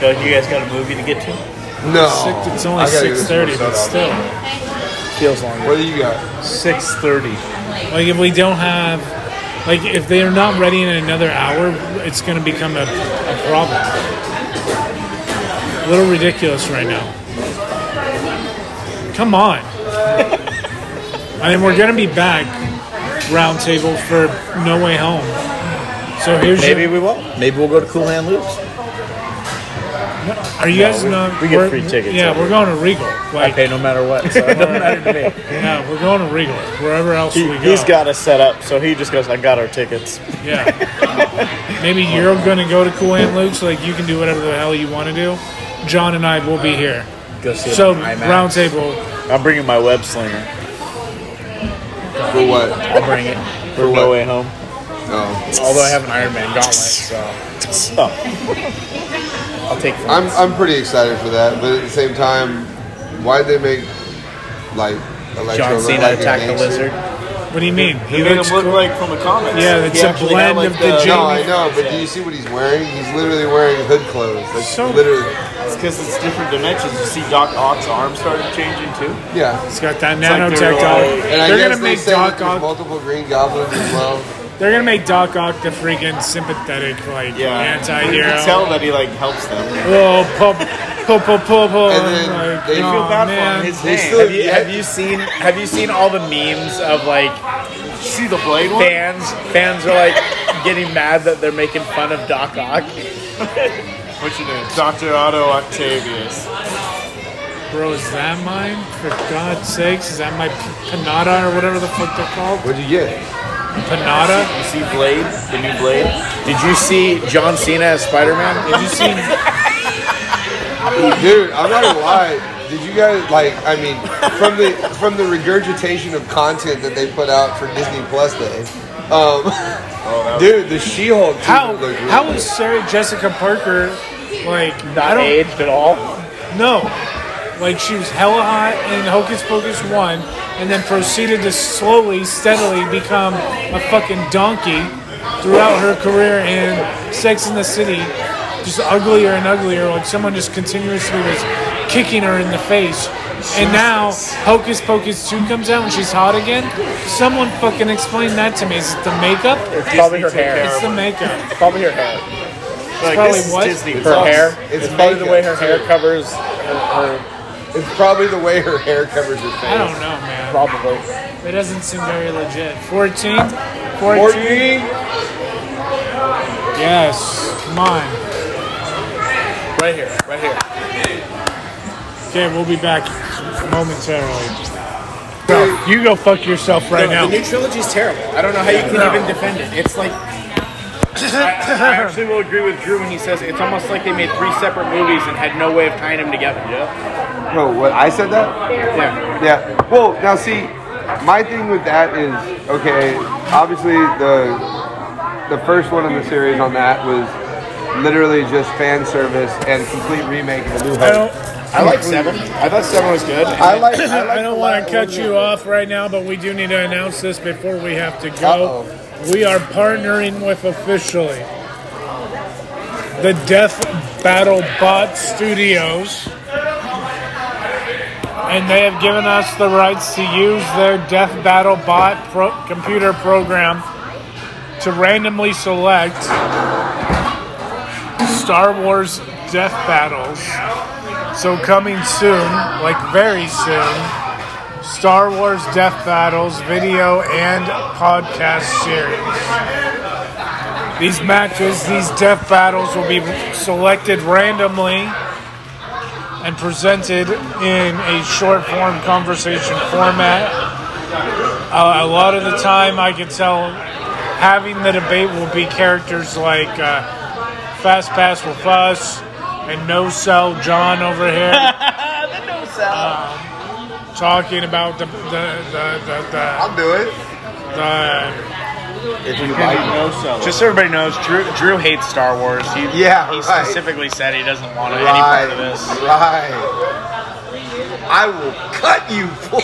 Speaker 8: Don't you guys got a movie to get to?
Speaker 4: No.
Speaker 3: Six, it's
Speaker 4: I
Speaker 3: only
Speaker 4: gotta get this
Speaker 3: six thirty,
Speaker 4: more
Speaker 3: but
Speaker 4: stuff.
Speaker 3: still, feels longer.
Speaker 4: What do you got?
Speaker 8: Six thirty.
Speaker 3: Like if we don't have, like if they are not ready in another hour, it's going to become a, a problem. A little ridiculous right now. Come on. [laughs] I mean, we're going to be back roundtable for No Way Home. So here's
Speaker 5: Maybe
Speaker 3: your,
Speaker 5: we won't. Maybe we'll go to Cool Hand Loops.
Speaker 3: are you guys
Speaker 5: we-
Speaker 3: not?
Speaker 5: we get
Speaker 3: we're-
Speaker 5: free tickets
Speaker 3: Yeah,
Speaker 5: every
Speaker 3: we're going to Regal.
Speaker 5: I
Speaker 3: Like,
Speaker 5: pay no matter what, so it [laughs] doesn't matter to me.
Speaker 3: yeah, we're going to Regal. Wherever else we go,
Speaker 8: He, has got us set up, so he just goes, "I got our tickets."
Speaker 3: Yeah. Maybe you're going to go to Cool Aunt Luke's. Like, you can do whatever the hell you want to do. John and I will
Speaker 7: Uh,
Speaker 3: be here.
Speaker 5: Go see
Speaker 3: So,
Speaker 5: it on IMAX.
Speaker 3: round table.
Speaker 8: I'm bringing my web slinger.
Speaker 4: For what?
Speaker 5: I'll bring it.
Speaker 8: [laughs] For
Speaker 4: what?
Speaker 8: no way home.
Speaker 4: No.
Speaker 5: Although I have an Iron Man gauntlet, so
Speaker 3: uh,
Speaker 8: Oh,
Speaker 5: I'll take.
Speaker 4: I'm, I'm pretty excited for that, but at the same time, why'd they make, like, Electro
Speaker 5: John
Speaker 4: look
Speaker 5: Cena
Speaker 4: like a
Speaker 5: attack the
Speaker 4: gangster?
Speaker 5: lizard.
Speaker 3: What do you mean?
Speaker 7: He made him look like from the comics.
Speaker 3: Yeah, it's
Speaker 7: He
Speaker 3: a
Speaker 7: actually had,
Speaker 3: blend of the
Speaker 4: No,
Speaker 3: Jamie-
Speaker 4: I know, but do you see what he's wearing? He's literally wearing hood clothes. Like,
Speaker 3: So-
Speaker 4: literally.
Speaker 7: It's because it's different dimensions. You see Doc Ock's arm started changing too.
Speaker 4: Yeah.
Speaker 3: It's got that
Speaker 7: like they're uh,
Speaker 3: nanotechnology.
Speaker 7: like-
Speaker 4: And I
Speaker 3: they're
Speaker 4: guess
Speaker 3: gonna
Speaker 4: they
Speaker 3: make
Speaker 4: said that
Speaker 3: Doc
Speaker 4: there's
Speaker 3: Ock.
Speaker 4: multiple green goblins as well.
Speaker 3: They're gonna make Doc Ock the freaking sympathetic, like
Speaker 7: Yeah, You
Speaker 3: anti-hero.
Speaker 4: [laughs]
Speaker 7: can tell that he like helps them.
Speaker 3: Oh, pop, pop, pop, pop, pop.
Speaker 4: And then
Speaker 3: like,
Speaker 4: they
Speaker 3: aw,
Speaker 4: feel
Speaker 7: bad for him.
Speaker 3: Oh, man.
Speaker 7: His-
Speaker 4: They
Speaker 7: Dang.
Speaker 4: still
Speaker 5: Have you, have you seen Have you seen all the memes of like
Speaker 7: You see the blade one?
Speaker 5: fans? Fans are like getting mad that they're making fun of Doc Ock.
Speaker 7: What's your name? Doctor Otto Octavius.
Speaker 3: Bro, is that mine? For God's sakes, is that my panada or whatever the fuck they're called?
Speaker 4: What'd you get?
Speaker 3: Panada?
Speaker 7: You see Blade, the new Blade.
Speaker 5: Did you see John Cena as Spider Man?
Speaker 3: Have you seen?
Speaker 8: [laughs]
Speaker 4: Dude, I'm not gonna lie. Did you guys like? I mean, from the from the regurgitation of content that they put out for Disney Plus Day, um, [laughs] dude, the She-Hulk.
Speaker 3: How
Speaker 4: teaser looked really
Speaker 3: how
Speaker 4: good.
Speaker 3: is Sarah Jessica Parker like? I
Speaker 5: Not
Speaker 3: don't
Speaker 5: aged at all.
Speaker 3: know. Like she was hella hot in Hocus Pocus one, and then proceeded to slowly, steadily become a fucking donkey throughout her career in Sex in the City, just uglier and uglier. Like someone just continuously was kicking her in the face. And now Hocus Pocus 2 comes out and she's hot again. Someone fucking explain that to me. Is it the makeup?
Speaker 5: Probably her hair.
Speaker 3: It's the makeup.
Speaker 5: Probably her hair.
Speaker 7: Like,
Speaker 3: probably
Speaker 7: this is
Speaker 3: what?
Speaker 7: Disney.
Speaker 5: Her hair.
Speaker 4: It's
Speaker 5: It's probably the way her
Speaker 4: makeup,
Speaker 5: hair
Speaker 4: too.
Speaker 5: covers her. her
Speaker 4: It's probably the way her hair covers her face.
Speaker 3: I don't know, man.
Speaker 5: probably.
Speaker 3: It doesn't seem very legit. 14? 14?
Speaker 4: Fourteen.
Speaker 3: Yes. Come on.
Speaker 5: Right here. Right here.
Speaker 3: Okay, we'll be back momentarily. Bro, you go fuck yourself right
Speaker 5: No, The
Speaker 3: now.
Speaker 5: new trilogy's terrible. I don't know how you can even defend it. It's like. I, I actually will agree with Drew when he says it's almost like they made three separate movies and had no way of tying them together. Yeah.
Speaker 4: Bro, what I said that?
Speaker 5: Yeah.
Speaker 4: Yeah. Well, now see, my thing with that is okay. Obviously, the the first one in the series on that was literally just fan service and complete remake of the new.
Speaker 3: I
Speaker 4: Hope.
Speaker 3: don't,
Speaker 5: I like seven. I thought seven was good.
Speaker 4: I like. I, like
Speaker 3: I
Speaker 4: the
Speaker 3: don't want
Speaker 4: last
Speaker 3: to cut
Speaker 4: one.
Speaker 3: you off right now, but we do need to announce this before we have to go.
Speaker 4: Uh-oh.
Speaker 3: We are partnering with officially the Death Battle Bot Studios. and they have given us the rights to use their Death Battle Bot pro- computer program to randomly select Star Wars Death Battles. So, coming soon, like very soon, Star Wars Death Battles video and podcast series. These matches, these death battles will be selected randomly and presented in a short form conversation format. Uh, a lot of the time, I could tell having the debate will be characters like uh, Fast Pass with Fuss and No Cell John over
Speaker 8: [laughs]
Speaker 3: here. Um, talking about the, the, the,
Speaker 4: I'll do it
Speaker 3: the, the, the
Speaker 4: if you like.
Speaker 7: No cell.
Speaker 8: Just so everybody knows, Drew Drew hates Star Wars. He,
Speaker 4: Yeah,
Speaker 8: he
Speaker 4: right.
Speaker 8: specifically said he doesn't want any
Speaker 4: Right,
Speaker 8: part of this.
Speaker 4: right. I will cut you. fool.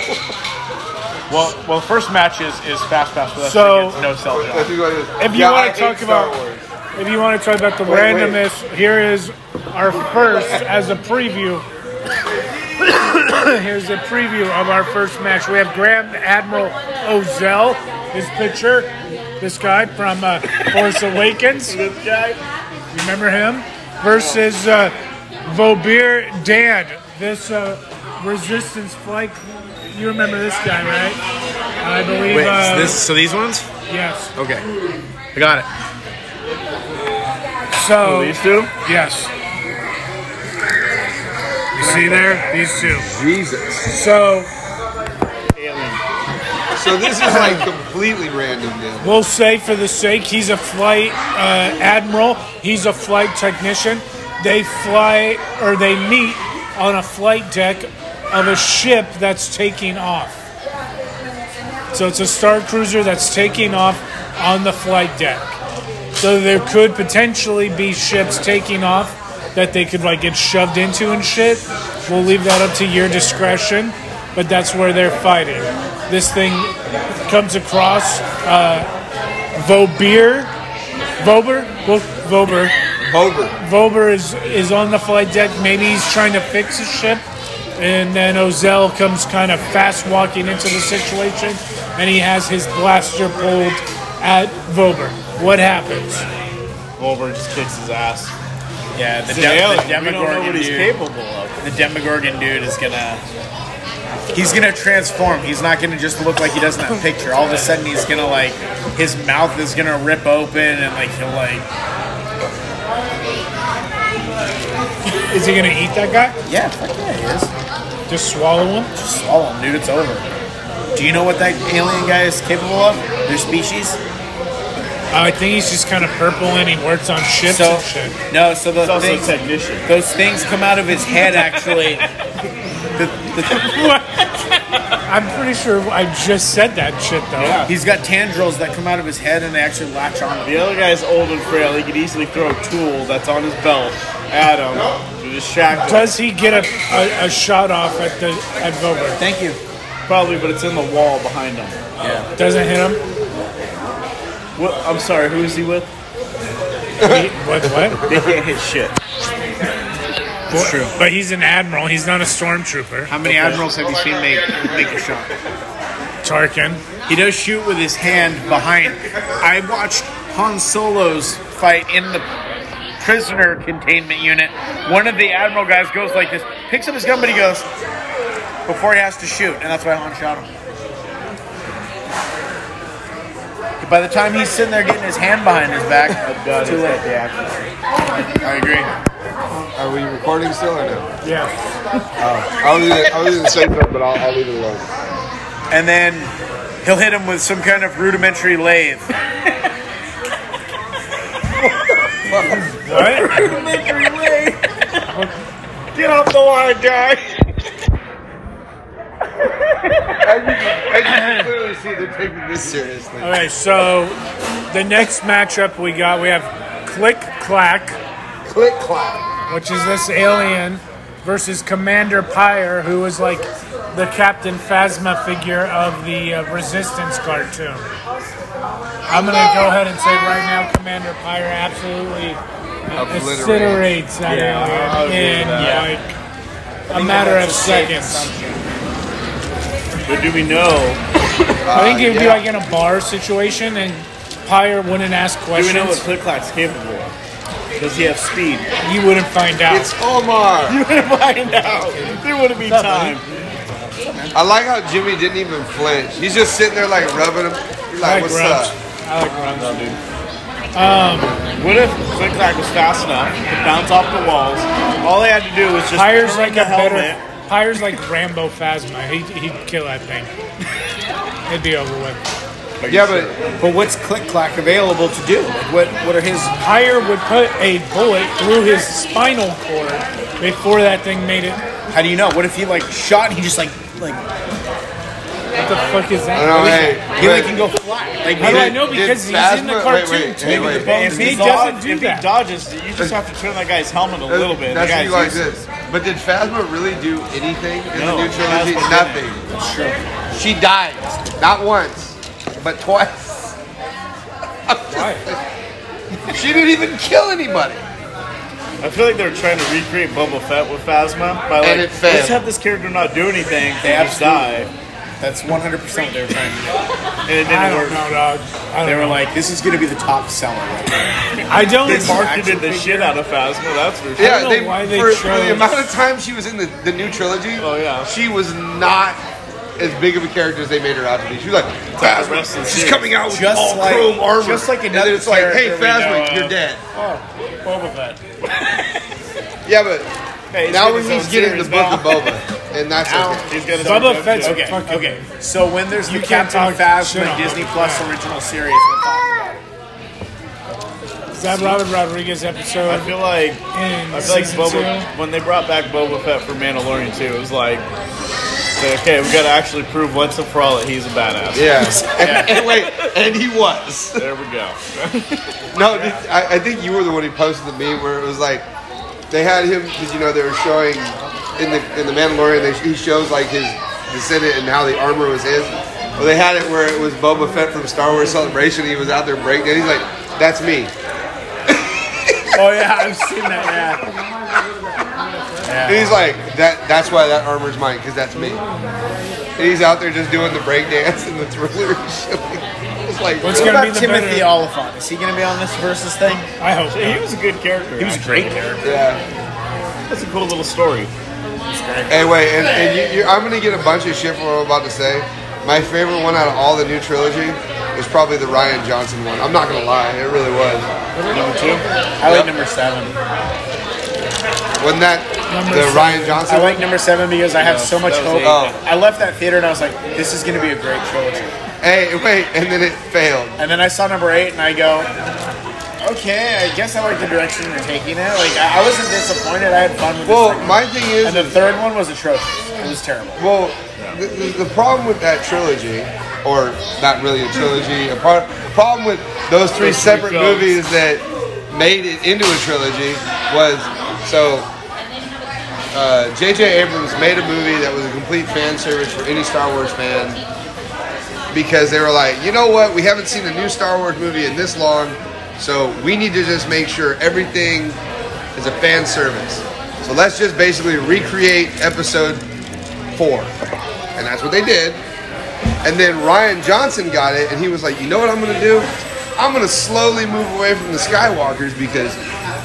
Speaker 8: Well, well, first match is, is Fast Pass with us
Speaker 3: So-
Speaker 8: against No Cell John.
Speaker 4: That's what it is.
Speaker 3: If you
Speaker 4: Yeah,
Speaker 3: wanna
Speaker 4: I hate
Speaker 3: talk
Speaker 4: Star
Speaker 3: about-
Speaker 4: Wars.
Speaker 3: if you want to try about the
Speaker 4: Wait, wait.
Speaker 3: randomness, here is our first as a preview. [coughs] Here's a preview of our first match. We have Grand Admiral Ozell. His picture, this guy from uh, Force Awakens. this guy, you remember him? Versus uh, Vobir Dan. This uh, Resistance flight. You remember this guy, right? I believe.
Speaker 9: Wait,
Speaker 3: uh,
Speaker 9: is this, so these ones?
Speaker 3: Yes.
Speaker 9: Okay, I got it.
Speaker 3: So
Speaker 7: These two?
Speaker 3: Yes. You see there? These two.
Speaker 4: Jesus.
Speaker 3: So
Speaker 4: So this is like completely random now.
Speaker 3: we'll say for the sake, he's a flight uh, admiral, he's a flight technician. They fly or they meet on a flight deck of a ship that's taking off. So it's a star cruiser that's taking off on the flight deck. So there could potentially be ships taking off that they could like get shoved into and shit. We'll leave that up to your discretion, but that's where they're fighting. This thing comes across uh, Vobier, Vober, Vo- Vober.
Speaker 4: Over.
Speaker 3: Vober is is on the flight deck. Maybe he's trying to fix his ship, and then Ozell comes kind of fast walking into the situation, and he has his blaster pulled at Vober. What happens?
Speaker 7: Wolverine just kicks his ass.
Speaker 5: Yeah, the,
Speaker 7: It's an
Speaker 5: dem- the
Speaker 7: alien. We don't know
Speaker 5: Demogorgon
Speaker 7: what he's
Speaker 5: dude.
Speaker 7: capable of.
Speaker 5: The Demogorgon dude is gonna. He's gonna transform. He's not gonna just look like he does in that picture. All of a sudden, he's gonna like his mouth is gonna rip open and like he'll like
Speaker 3: Is he gonna eat that guy?
Speaker 5: yeah, fuck yeah, he is.
Speaker 3: Just swallow him?
Speaker 5: Just swallow him, dude. It's over. Do you know what that alien guy is capable of? Their species.
Speaker 3: I think he's just kind of purple, and he works on ships
Speaker 5: So
Speaker 3: and shit.
Speaker 5: no, so the
Speaker 7: He's also a
Speaker 5: things
Speaker 7: technician.
Speaker 5: those things come out of his head
Speaker 7: [laughs]
Speaker 5: actually.
Speaker 3: I'm pretty sure I just said that shit though.
Speaker 7: Yeah.
Speaker 5: He's got tendrils that come out of his head and they actually latch on.
Speaker 7: The other guy's old and frail. He could easily throw a tool that's on his belt at him. Through the shackle.
Speaker 3: Does he get a, a, a shot off at the at Vober?
Speaker 5: Thank you.
Speaker 7: Probably, but it's in the wall behind him.
Speaker 3: Doesn't hit him.
Speaker 7: What, I'm sorry, who is he with?
Speaker 3: What? What?
Speaker 7: [laughs] They can't hit shit.
Speaker 5: It's true.
Speaker 3: But he's an admiral. He's not a stormtrooper.
Speaker 5: How many admirals have you seen make make a shot?
Speaker 3: Tarkin.
Speaker 5: He does shoot with his hand behind. I watched Han Solo's fight in the prisoner containment unit. One of the admiral guys goes like this, picks up his gun, but he goes before he has to shoot, and that's why Han shot him. By the time he's sitting there getting his hand behind his back, it's too late. I agree.
Speaker 4: Are we recording still or no?
Speaker 3: Yeah.
Speaker 4: I was gonna, I was gonna say something, but I'll, I'll leave it alone.
Speaker 5: And then he'll hit him with some kind of rudimentary lathe.
Speaker 7: [laughs]
Speaker 3: What?
Speaker 7: Get off the line, guy!
Speaker 4: I can clearly see they're taking this seriously.
Speaker 3: Okay, so the next matchup we got, we have Click Clack,
Speaker 4: Click clap.
Speaker 3: which is this alien, versus Commander Pyre, who is like the Captain Phasma figure of the uh, Resistance cartoon. I'm gonna go ahead and say right now, Commander Pyre absolutely incinerates that
Speaker 7: Yeah, I would agree
Speaker 3: alien in
Speaker 7: with that.
Speaker 3: like a matter of seconds.
Speaker 7: But do we know?
Speaker 3: I think it would be
Speaker 4: yeah.
Speaker 3: like in a bar situation, and Pyre wouldn't ask
Speaker 7: Do
Speaker 3: questions.
Speaker 7: we know what Click Clack's capable of? Does he have speed?
Speaker 3: You wouldn't find out.
Speaker 4: It's Omar.
Speaker 7: You would [laughs] find out. There wouldn't be time.
Speaker 4: I like how Jimmy didn't even flinch. He's just sitting there like rubbing him. He's
Speaker 3: I like
Speaker 4: like, what's
Speaker 3: grunts.
Speaker 4: up?
Speaker 3: I like grunts.
Speaker 7: Um, What if Click Clack was fast enough to bounce off the walls? All they had to do was just
Speaker 3: Pyre's
Speaker 7: turn
Speaker 3: like
Speaker 7: the
Speaker 3: a
Speaker 7: helmet.
Speaker 3: better. Pyre's like Rambo Phasma. He he'd kill that thing. It'd be over with.
Speaker 4: Yeah, but
Speaker 9: But what's Click Clack available to do? Like what what are his
Speaker 3: Pyre would put a bullet through his spinal cord before that thing made it.
Speaker 9: How do you know? What if he like shot and he just like like
Speaker 3: What the fuck is
Speaker 4: I don't know,
Speaker 3: that?
Speaker 4: hey.
Speaker 9: he
Speaker 4: but-
Speaker 9: like can go fly? Like
Speaker 3: How do I
Speaker 4: Did-
Speaker 3: know? Because
Speaker 4: did
Speaker 3: he's in the
Speaker 4: Phasma-
Speaker 3: cartoon
Speaker 4: wait, wait,
Speaker 3: too.
Speaker 4: hey,
Speaker 3: The
Speaker 4: wait.
Speaker 3: bones-
Speaker 7: If
Speaker 3: he
Speaker 7: he
Speaker 3: doesn't
Speaker 7: doesn't
Speaker 3: do that.
Speaker 7: If he dodges, you just have to turn that guy's helmet a little bit.
Speaker 4: That's
Speaker 7: that
Speaker 4: gonna
Speaker 7: guy's
Speaker 4: be like
Speaker 7: useless.
Speaker 4: this. But did Phasma really do anything in
Speaker 7: No,
Speaker 4: the new trilogy?
Speaker 7: Phasma
Speaker 4: Nothing. She died. Not once, but twice.
Speaker 3: Why?
Speaker 4: [laughs] She didn't even kill anybody.
Speaker 5: I feel like they're trying to recreate Boba Fett with Phasma by like,
Speaker 4: And it failed.
Speaker 5: let's have this character not do anything, they have to die,
Speaker 10: That's 100 percent what they were trying to do.
Speaker 5: and it
Speaker 3: I
Speaker 5: didn't
Speaker 3: don't
Speaker 5: work.
Speaker 3: know, dog. I
Speaker 10: They
Speaker 3: don't
Speaker 10: were
Speaker 3: know.
Speaker 10: like, "This is going to be the top seller." Right now.
Speaker 3: I don't.
Speaker 5: They marketed the
Speaker 10: action
Speaker 5: shit out of Phasma. That's for sure.
Speaker 4: Yeah,
Speaker 3: know
Speaker 4: they,
Speaker 3: why they
Speaker 4: for, for
Speaker 3: chose-
Speaker 4: the amount of time she was in the, the new trilogy,
Speaker 5: Oh, yeah.
Speaker 4: she was not as big of a character as they made her out to be. She was like,
Speaker 5: That's the rest of
Speaker 4: Phasma,
Speaker 5: the
Speaker 4: she's
Speaker 5: series.
Speaker 4: coming out with
Speaker 10: Just
Speaker 4: all
Speaker 10: like-
Speaker 4: chrome armor.
Speaker 10: just like
Speaker 4: and then
Speaker 10: another
Speaker 4: it's like, hey,
Speaker 10: character we know
Speaker 4: Phasma,
Speaker 10: of.
Speaker 4: you're dead.
Speaker 5: Boba Fett.
Speaker 4: Yeah, but
Speaker 5: Hey,
Speaker 4: now
Speaker 5: got
Speaker 4: when
Speaker 5: his
Speaker 4: he's
Speaker 5: own
Speaker 4: getting
Speaker 5: series
Speaker 4: the book
Speaker 5: now.
Speaker 4: of Boba, and that's okay.
Speaker 5: Now he's got his own
Speaker 3: Boba
Speaker 5: book,
Speaker 3: Fett's
Speaker 5: too.
Speaker 10: Okay,
Speaker 3: fucking-
Speaker 10: okay. So when there's the
Speaker 3: can't
Speaker 10: Captain
Speaker 3: talk shit
Speaker 10: Phasma
Speaker 3: on
Speaker 10: Disney
Speaker 3: Boba
Speaker 10: Plus
Speaker 3: Fett.
Speaker 10: original series, we'll talk about it.
Speaker 3: Is that Robert Rodriguez
Speaker 5: I
Speaker 3: episode?
Speaker 5: feel like
Speaker 3: in
Speaker 5: I feel like
Speaker 3: season
Speaker 5: Boba, when they brought back Boba Fett for Mandalorian 2, it was like, say, okay, we got to actually prove once and for all that he's a badass.
Speaker 4: Yeah. [laughs] and, and wait, and he was.
Speaker 5: There we go.
Speaker 4: No, I, I think you were the one who posted the meme where it was like they had him because you know they were showing in the in the Mandalorian they, he shows like his descendant and how the armor was his. Well, they had it where it was Boba Fett from Star Wars Celebration. He was out there breaking. He's like, "That's me."
Speaker 10: [laughs] Oh yeah, I've seen that. Yeah.
Speaker 4: And he's like, "That that's why that armor's mine because that's me." And he's out there just doing the breakdance [laughs] and the thriller. and shit. It's like
Speaker 3: What's gonna
Speaker 4: really?
Speaker 10: What about
Speaker 3: be the
Speaker 10: Timothy
Speaker 3: better-
Speaker 10: Oliphant? Is he going to be on this versus thing?
Speaker 3: I hope.
Speaker 5: He
Speaker 3: not.
Speaker 5: was a good character.
Speaker 10: He was a great character.
Speaker 4: yeah.
Speaker 5: That's a cool little story.
Speaker 4: Anyway, and, and you, you, I'm gonna get a bunch of shit for what I'm about to say. My favorite one out of all the new trilogy was probably the Ryan Johnson one. I'm not gonna lie, it really was.
Speaker 5: Number two.
Speaker 10: I like number seven.
Speaker 4: Wasn't that the Ryan Johnson?
Speaker 10: I like number seven because I have so much
Speaker 5: that was
Speaker 10: hope.
Speaker 5: eight.
Speaker 4: Oh.
Speaker 10: I left that theater and I was like, "This is going to be a great trilogy."
Speaker 4: one? Hey, wait, and then it failed.
Speaker 10: And then I saw number eight, and I go, okay, I guess I like the direction they're taking it. Like, I, I wasn't disappointed. I had fun with
Speaker 4: Well,
Speaker 10: this.
Speaker 4: my thing
Speaker 10: and
Speaker 4: is,
Speaker 10: the third one was atrocious. It was terrible.
Speaker 4: well, the, the, the problem with that trilogy, or not really a trilogy, a part, problem with those three
Speaker 5: Those three
Speaker 4: separate
Speaker 5: films.
Speaker 4: movies that made it into a trilogy was so uh, J.J. Abrams made a movie that was a complete fan service for any Star Wars fan because they were like, you know what, we haven't seen a new Star Wars movie in this long, so we need to just make sure everything is a fan service. So let's just basically recreate episode four. And that's what they did. And then Ryan Johnson got it, and he was like, you know what I'm gonna do? I'm gonna slowly move away from the Skywalkers because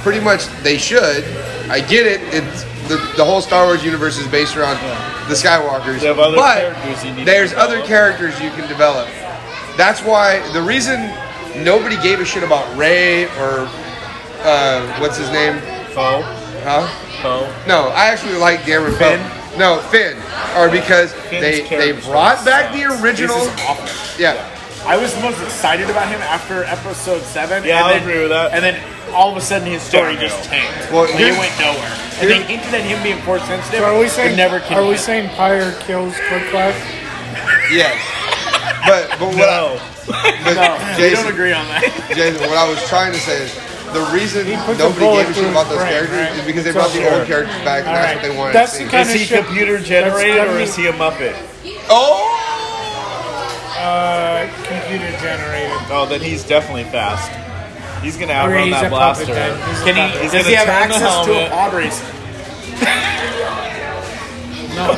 Speaker 4: pretty much they should. I get it. It's the, the whole Star Wars universe is based around the Skywalkers.
Speaker 5: They have other
Speaker 4: but
Speaker 5: characters you need to
Speaker 4: there's
Speaker 5: develop.
Speaker 4: other characters you can develop. That's why the reason nobody gave a shit about Ray or uh, what's his name?
Speaker 5: Poe.
Speaker 4: Huh?
Speaker 5: Poe.
Speaker 4: No, I actually like Cameron Finn. No, Finn. Or because they they
Speaker 5: character
Speaker 4: brought back the
Speaker 10: This
Speaker 4: original.
Speaker 10: is awful.
Speaker 4: Yeah.
Speaker 10: I was the most excited about him after episode seven.
Speaker 5: Yeah,
Speaker 10: and
Speaker 5: I
Speaker 10: then,
Speaker 5: agree with that.
Speaker 10: And then all of a sudden his story
Speaker 5: Downhill.
Speaker 10: just tanked.
Speaker 4: Well,
Speaker 10: Well, he
Speaker 4: here's-
Speaker 10: went nowhere. And they
Speaker 4: here's-
Speaker 10: hinted at him being force sensitive.
Speaker 3: So are we
Speaker 10: but
Speaker 3: saying?
Speaker 10: never came
Speaker 3: are we
Speaker 10: in.
Speaker 3: saying Pyre kills Quick Life?
Speaker 4: Yes. But but what
Speaker 5: No.
Speaker 4: I, [laughs] but
Speaker 10: We don't
Speaker 4: Jason,
Speaker 10: agree on that.
Speaker 4: Jason, what I was trying to say is the reason
Speaker 3: puts a
Speaker 4: nobody
Speaker 3: bullet
Speaker 4: gave
Speaker 3: through
Speaker 4: a shit about
Speaker 3: his
Speaker 4: those
Speaker 3: brain,
Speaker 4: characters
Speaker 3: right?
Speaker 4: is because they
Speaker 3: So
Speaker 4: brought the
Speaker 3: sure.
Speaker 4: old characters back, and that's
Speaker 3: Alright.
Speaker 4: what they wanted
Speaker 3: That's
Speaker 4: to see.
Speaker 3: the kind
Speaker 5: Is
Speaker 3: of
Speaker 5: he
Speaker 3: shit-
Speaker 5: computer
Speaker 3: that's
Speaker 5: generated or
Speaker 3: gotta
Speaker 5: is
Speaker 3: be,
Speaker 5: he a Muppet?
Speaker 4: oh,
Speaker 3: uh, computer generated?
Speaker 5: Oh, then he's definitely fast. He's gonna
Speaker 3: Or
Speaker 5: outrun
Speaker 3: he's
Speaker 5: that
Speaker 3: a puppet.
Speaker 5: blaster.
Speaker 3: Then. He's a
Speaker 10: Can
Speaker 3: puppet.
Speaker 10: he,
Speaker 5: He's
Speaker 10: does
Speaker 5: gonna
Speaker 10: he have
Speaker 5: turn the
Speaker 3: Oh,
Speaker 10: access to a
Speaker 5: helmet.
Speaker 10: pod
Speaker 3: [laughs]
Speaker 10: race? no.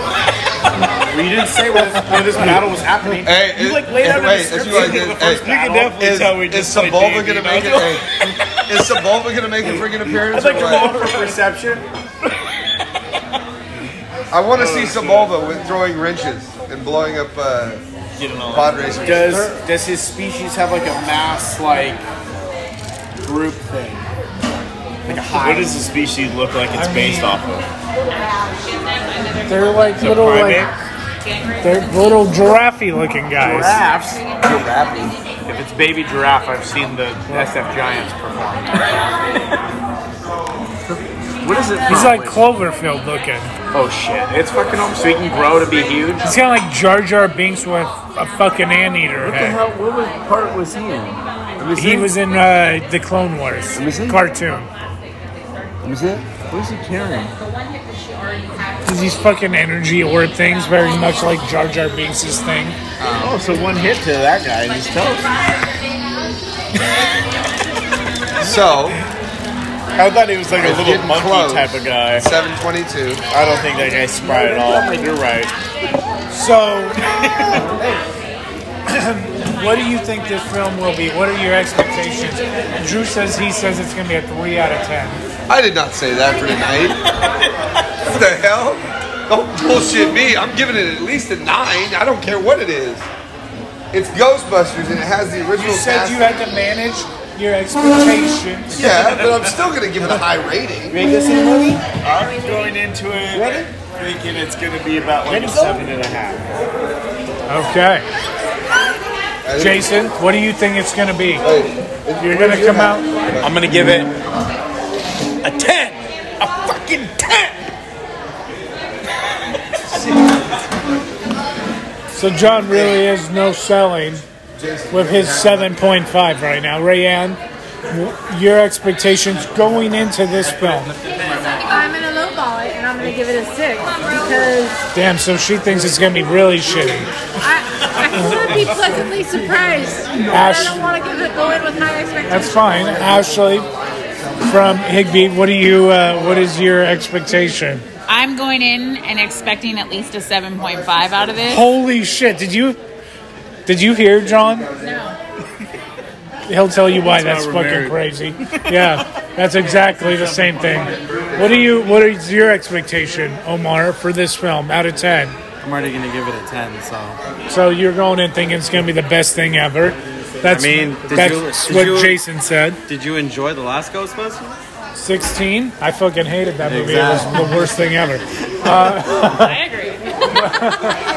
Speaker 10: you didn't say where this, where this battle was happening.
Speaker 4: Hey,
Speaker 10: you
Speaker 4: it-
Speaker 10: like laid
Speaker 4: and
Speaker 10: out
Speaker 4: wait,
Speaker 10: a
Speaker 4: if
Speaker 10: description
Speaker 4: you like
Speaker 10: of
Speaker 4: this-
Speaker 10: the first
Speaker 4: hey,
Speaker 5: You can
Speaker 10: battle.
Speaker 5: definitely
Speaker 4: is,
Speaker 5: tell we
Speaker 4: is
Speaker 5: just played
Speaker 4: Sebulba
Speaker 5: D&D,
Speaker 4: gonna make it?
Speaker 5: don't you?
Speaker 4: Hey, is Sebulba gonna make a freaking
Speaker 3: [laughs]
Speaker 4: appearance?
Speaker 10: I'd like
Speaker 4: or
Speaker 10: to
Speaker 4: what?
Speaker 10: roll for perception.
Speaker 4: I want to see Sebulba with throwing wrenches and blowing up uh,
Speaker 5: Getting all
Speaker 4: pod racers.
Speaker 10: Does does his species have like a mass like group thing? Like a
Speaker 5: What
Speaker 10: hive?
Speaker 5: does the species look like it's
Speaker 3: I
Speaker 5: based
Speaker 3: mean-
Speaker 5: off of?
Speaker 3: They're like
Speaker 5: So
Speaker 3: little
Speaker 5: primate?
Speaker 3: like they're little giraffey looking guys.
Speaker 10: Giraffes. If it's baby giraffe, I've seen the SF Giants perform.
Speaker 3: [laughs]
Speaker 10: what is it?
Speaker 3: He's
Speaker 10: from?
Speaker 3: like Cloverfield looking.
Speaker 10: oh shit! It's fucking home, so he can grow to be huge.
Speaker 3: He's kind of like Jar Jar Binks with a fucking anteater head.
Speaker 10: what was, part was he in?
Speaker 3: He was in uh, the Clone Wars cartoon.
Speaker 10: What is he carrying?
Speaker 3: Does these fucking energy orb things very much like Jar Jar Binks' thing?
Speaker 10: Oh, so one hit to that guy and he's toast.
Speaker 4: So,
Speaker 7: I thought he was like a
Speaker 4: It's
Speaker 7: little
Speaker 4: getting
Speaker 7: monkey
Speaker 4: close.
Speaker 7: type of guy.
Speaker 4: 722.
Speaker 7: I don't think that guy's spry at all. You're right.
Speaker 3: So, [coughs] what do you think this film will be? What are your expectations? Drew says he says it's going to be a three out of ten.
Speaker 4: I did not say that for tonight. what the hell? Don't bullshit me. I'm giving it at least a nine. I don't care what it is. It's Ghostbusters and it has the original
Speaker 3: You said
Speaker 4: cast.
Speaker 3: you had to manage your expectations.
Speaker 4: yeah, but I'm still gonna give it a high rating.
Speaker 7: I'm going into it thinking it's going to be about like a seven and a half.
Speaker 3: Okay, Jason, what do you think it's going to be?
Speaker 4: You're
Speaker 3: You're going to come out.
Speaker 5: I'm gonna give it a ten. A fucking ten.
Speaker 3: So John really is no selling with his 7.5 right now. Rayanne, w- your expectations going into this film?
Speaker 11: I'm gonna lowball it and I'm gonna give it a six because
Speaker 3: Damn, so she thinks it's gonna be really shitty.
Speaker 11: I, I could be pleasantly surprised. but
Speaker 3: Ash-
Speaker 11: I don't want to give it go in with high expectations.
Speaker 3: That's fine. Ashley from Higby, what do you? Uh, what is your expectation?
Speaker 6: I'm going in and expecting at least a 7.5 out of this.
Speaker 3: Holy shit! Did you? Did you hear John?
Speaker 6: No.
Speaker 3: He'll tell you why
Speaker 7: That's
Speaker 3: that's,
Speaker 7: why we're
Speaker 3: fucking crazy. Yeah, that's exactly the same thing. What do you? What is your expectation, Omar, for this film out of ten?
Speaker 12: I'm already gonna give it a ten. So
Speaker 3: So you're going in thinking it's gonna be the best thing ever. That's,
Speaker 12: I mean, did
Speaker 3: that's
Speaker 12: you- did
Speaker 3: what
Speaker 12: you-
Speaker 3: Jason said.
Speaker 12: did you enjoy the last Ghostbusters?
Speaker 3: 16. I fucking hated that movie. It
Speaker 12: Exactly.
Speaker 3: was the worst thing ever.
Speaker 6: I agree.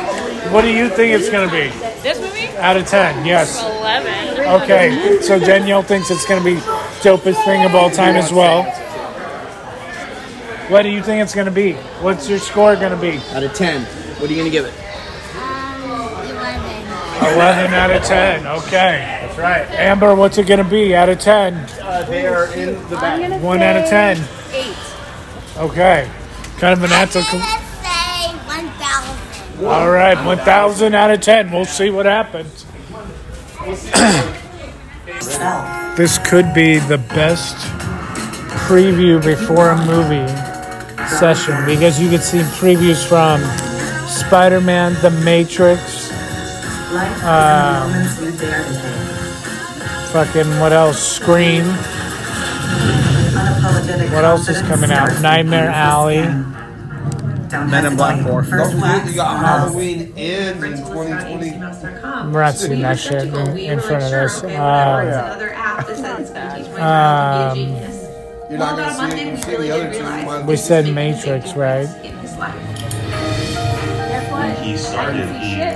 Speaker 6: [laughs]
Speaker 3: What do you think it's gonna be?
Speaker 6: This movie?
Speaker 3: Out of 10, yes.
Speaker 6: 11.
Speaker 3: Okay, so Danielle thinks it's gonna be dopest thing of all time as well. What do you think it's gonna be? What's your score gonna be?
Speaker 10: Oh.
Speaker 13: Out of 10, what are you going to give it?
Speaker 3: 11 out of 10. Okay, that's right. Amber, what's it gonna be? Out of 10.
Speaker 13: Uh, they are in the
Speaker 11: I'm gonna
Speaker 3: One out of
Speaker 11: say
Speaker 3: 10.
Speaker 11: Eight.
Speaker 3: Okay, kind of an answer.
Speaker 11: say one thousand.
Speaker 3: All right, 1,000 out of 10. We'll see what happens. this could be the best preview before a movie session because you could see previews from Spider Man, The Matrix, um, fucking what else? Scream. What else is coming out? Nightmare Alley.
Speaker 13: Men in Black 4.
Speaker 4: Don't forget you got Halloween ends in 2020.
Speaker 3: We're not seeing that shit in, in front of us. Uh, Um,
Speaker 4: You're not gonna see it. You see the other two months.
Speaker 3: We said Matrix, right?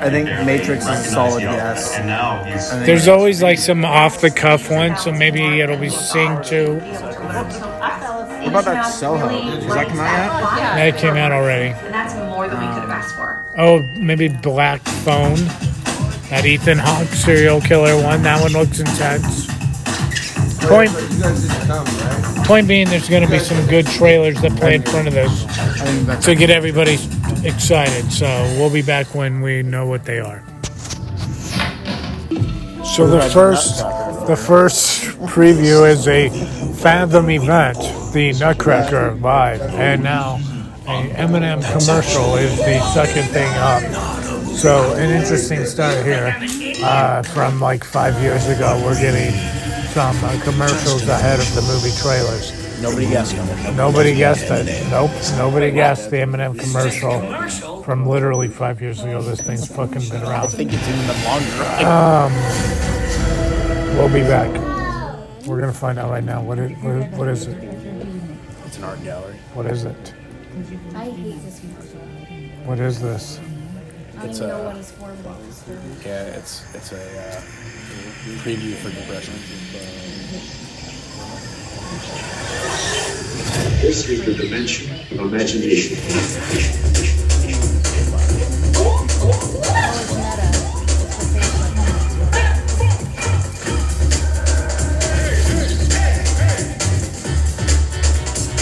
Speaker 13: I think Matrix is a solid yes.
Speaker 3: There's always like some off the cuff one, so maybe it'll be Sing 2.
Speaker 13: What about that Soho? Is that come out yet?
Speaker 3: That came out already.
Speaker 11: And that's more than we could have asked for.
Speaker 3: Oh, maybe Black Phone. That Ethan Hawke serial killer one. That one looks intense. Point,
Speaker 4: You guys didn't come, right?
Speaker 3: point being, there's going to be some good trailers that play in front of this
Speaker 13: I think that's
Speaker 3: to get everybody excited. So we'll be back when we know what they are. So the first, the first preview is a Fathom event, the Nutcracker live, and now a Eminem commercial is the second thing up. So an interesting start here uh, from like five years ago. We're getting some uh, commercials ahead of the movie trailers. Nobody guessed it. Nobody guessed it. Nope. Nobody guessed the Eminem commercial from literally five years ago. This thing's fucking been around. Um, We'll be back. We're gonna find out right now. What is what is, what is it? It's an art gallery. What is it?
Speaker 11: I hate this commercial.
Speaker 3: What is this?
Speaker 11: I don't even know what it's for. but it's for-
Speaker 8: Yeah, it's it's a uh, preview for depression.
Speaker 2: This is the dimension of imagination.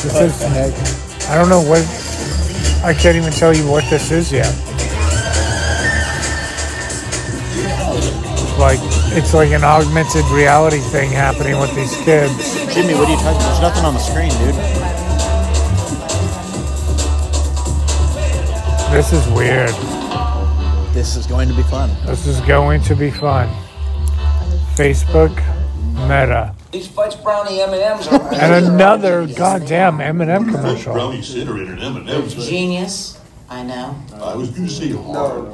Speaker 3: This is. I don't know what. I can't even tell you what this is yet. like it's like an augmented reality thing happening with these kids.
Speaker 13: Jimmy, what are you talking? There's nothing on the screen, dude.
Speaker 3: This is weird.
Speaker 13: This is going to be fun.
Speaker 3: This is going to be fun. Facebook, Meta,
Speaker 14: These Fudge Brownie M&Ms are
Speaker 3: and another goddamn M&M commercial.
Speaker 15: Brownie Center and an M&M's.
Speaker 14: genius. I know.
Speaker 15: I was gonna say hard.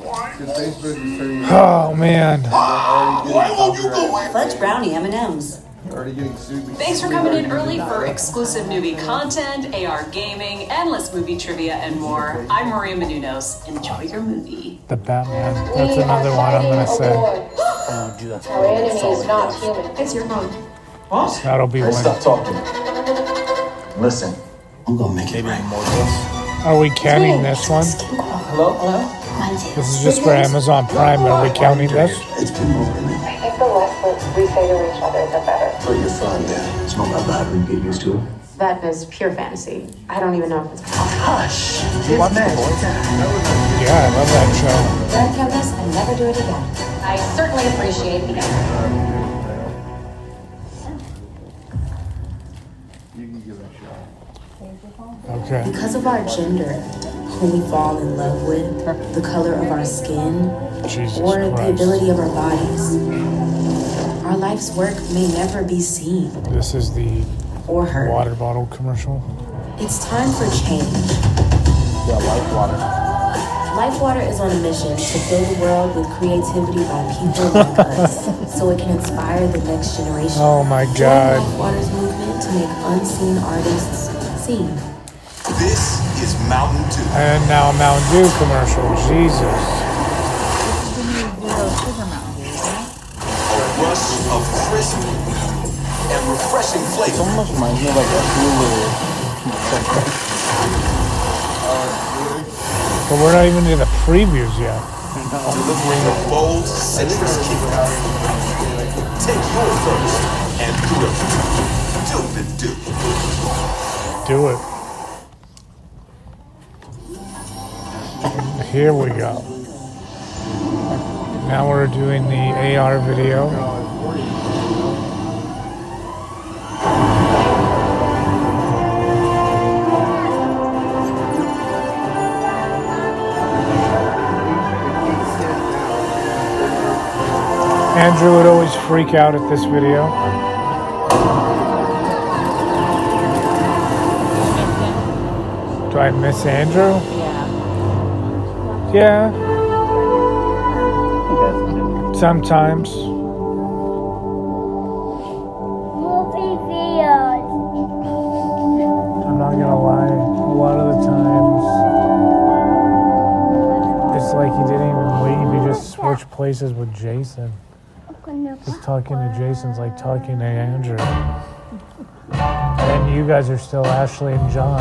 Speaker 3: Oh man.
Speaker 15: Why won't you go in?
Speaker 10: Fudge brownie M&Ms.
Speaker 4: Already getting sued.
Speaker 10: Thanks for coming in early for exclusive newbie content, AR gaming, endless movie trivia, and more. I'm Maria Menounos. Enjoy your movie.
Speaker 3: The Batman. That's another one I'm gonna say.
Speaker 13: Oh, dude, that's
Speaker 10: Our enemy is not human. It's your phone.
Speaker 14: What?
Speaker 3: That'll be
Speaker 14: Hey,
Speaker 3: one.
Speaker 14: stop talking. Listen, I'm gonna make it rain.
Speaker 3: Are we counting this one?
Speaker 14: Hello? Hello?
Speaker 3: This is just for Amazon Prime. Are we counting this?
Speaker 15: It's been more than
Speaker 16: I think the less that we say to each other, the better.
Speaker 15: But you're fine, Dad. It's not that bad when you get used to it.
Speaker 16: That is pure fantasy. I don't even know if it's possible.
Speaker 14: Hush.
Speaker 3: Yeah, I love that
Speaker 16: Don't count this and never do it again. I certainly appreciate the effort.
Speaker 3: show. Okay.
Speaker 10: Because of our gender, who we fall in love with, the color of our skin,
Speaker 3: Jesus
Speaker 10: or the
Speaker 3: Christ.
Speaker 10: ability of our bodies, our life's work may never be seen.
Speaker 3: This is the
Speaker 10: Or her.
Speaker 3: water bottle commercial.
Speaker 10: It's time for change.
Speaker 13: Yeah, life water.
Speaker 10: Lifewater is on a mission to fill the world with creativity by people like us, so it can inspire the next generation.
Speaker 3: Oh my
Speaker 10: Join
Speaker 3: God.
Speaker 10: Lifewater's movement to make unseen artists seen.
Speaker 15: This is Mountain Dew.
Speaker 3: And now Mountain Dew commercial. Jesus.
Speaker 15: A rush of crisp and refreshing
Speaker 13: It
Speaker 15: flavor.
Speaker 13: almost reminds me of like a Hulu.
Speaker 3: But we're not even in the previews yet.
Speaker 15: Delivering a bold citrus kick. Take your first and grip. Doop and do.
Speaker 3: Do it. Here we go. Now we're doing the AR video. Andrew would always freak out at this video. Do I miss Andrew? Yeah. Yeah. Sometimes.
Speaker 17: Movie videos.
Speaker 3: I'm not gonna lie. A lot of the times, it's like he didn't even leave. He just switched places with Jason. Just talking to Jason's like talking to Andrew. And then you guys are still Ashley and John.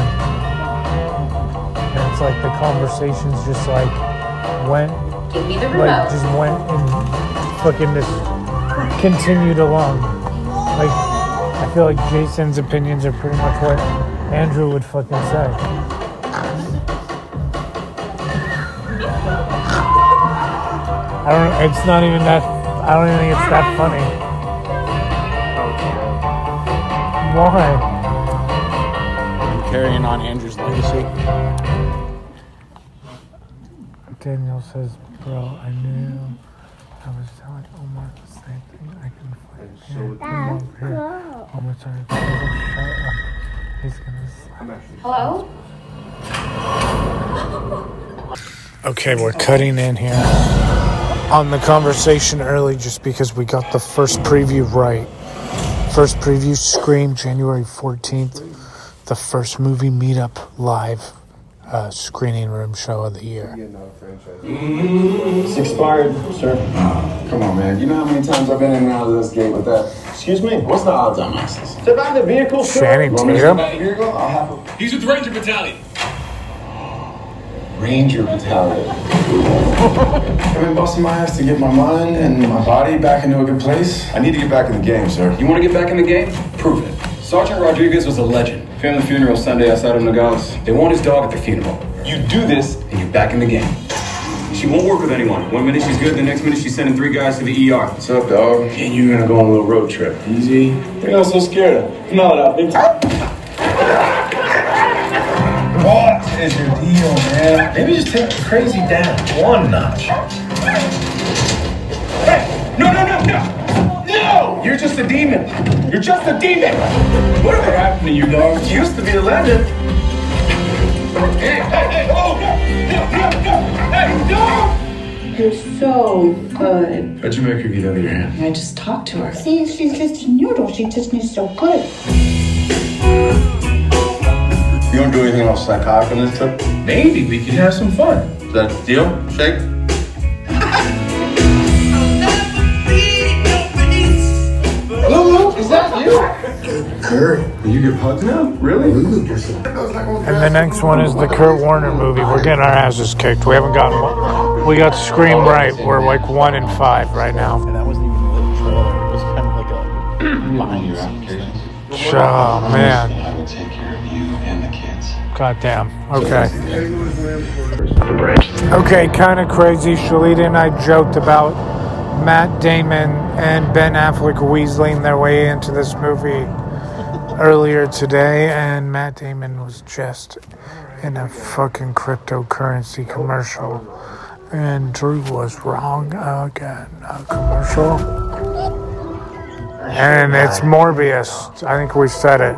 Speaker 3: And it's like the conversations just like went,
Speaker 11: Give me the
Speaker 3: like
Speaker 11: remote.
Speaker 3: just went and fucking just continued along. Like I feel like Jason's opinions are pretty much what Andrew would fucking say. I don't. It's not even that. I don't even think it's that funny. Why?
Speaker 13: I'm carrying on Andrew's legacy.
Speaker 3: Daniel says, "Bro, I knew. I was telling Omar the same thing. I can find him over here. Omar started to shut up. He's gonna slap."
Speaker 16: Hello?
Speaker 3: [laughs] Okay, we're cutting in here on the conversation early just because we got the first preview right. First preview scream January 14th, the first movie meetup live uh, screening room show of the year.
Speaker 18: It's expired, sir. Ah, Come on, man. You know how many times I've been in and out of this gate with that? Excuse me? What's the odds on access? Step out of the vehicle, sir.
Speaker 3: Channing
Speaker 18: Want me to
Speaker 3: Tatum?
Speaker 18: step out of the vehicle? I'll have a... He's with Ranger Battalion. Ranger Battalion. I've been busting my ass to get my mind and my body back into a good place. I need to get back in the game, sir.
Speaker 19: You want to get back in the game? Prove it. Sergeant Rodriguez was a legend. Family funeral Sunday outside of Nogales. They want his dog at the funeral. You do this, and you're back in the game.
Speaker 20: She won't work with anyone. One minute she's good, the next minute she's sending three guys to the ER.
Speaker 7: What's up, dog? And you're gonna go on a little road trip. Ah! Easy. You're not so scared of. Come on, up, big time. What is your deal, man? Maybe just take the crazy down one notch.
Speaker 5: No, no, no, no! No! You're just a demon. You're just a demon.
Speaker 7: Whatever happened to you, dog? You used to be a legend.
Speaker 5: Hey, hey, hey! Oh no! No, no, no! Hey, no!
Speaker 10: You're so good.
Speaker 7: How'd you make her get out of your hand?
Speaker 10: I just talked to her.
Speaker 21: See, she's just a noodle. She just needs so good.
Speaker 7: You don't do anything else psychotic on this trip?
Speaker 5: Maybe we can have some fun.
Speaker 7: Is that a deal? Shake?
Speaker 5: Lulu, is that you?
Speaker 7: Kurt. You get hugged now? Really?
Speaker 3: And the next one is the Kurt Warner movie. We're getting our asses kicked. We haven't gotten one. We got Scream right. We're like one in five right now. Oh man. God damn. Okay. Okay, kind of crazy. Shalita and I joked about Matt Damon and Ben Affleck weaseling their way into this movie earlier today, and Matt Damon was just in a fucking cryptocurrency commercial, and Drew was wrong again. A commercial, and it's Morbius. I think we said it.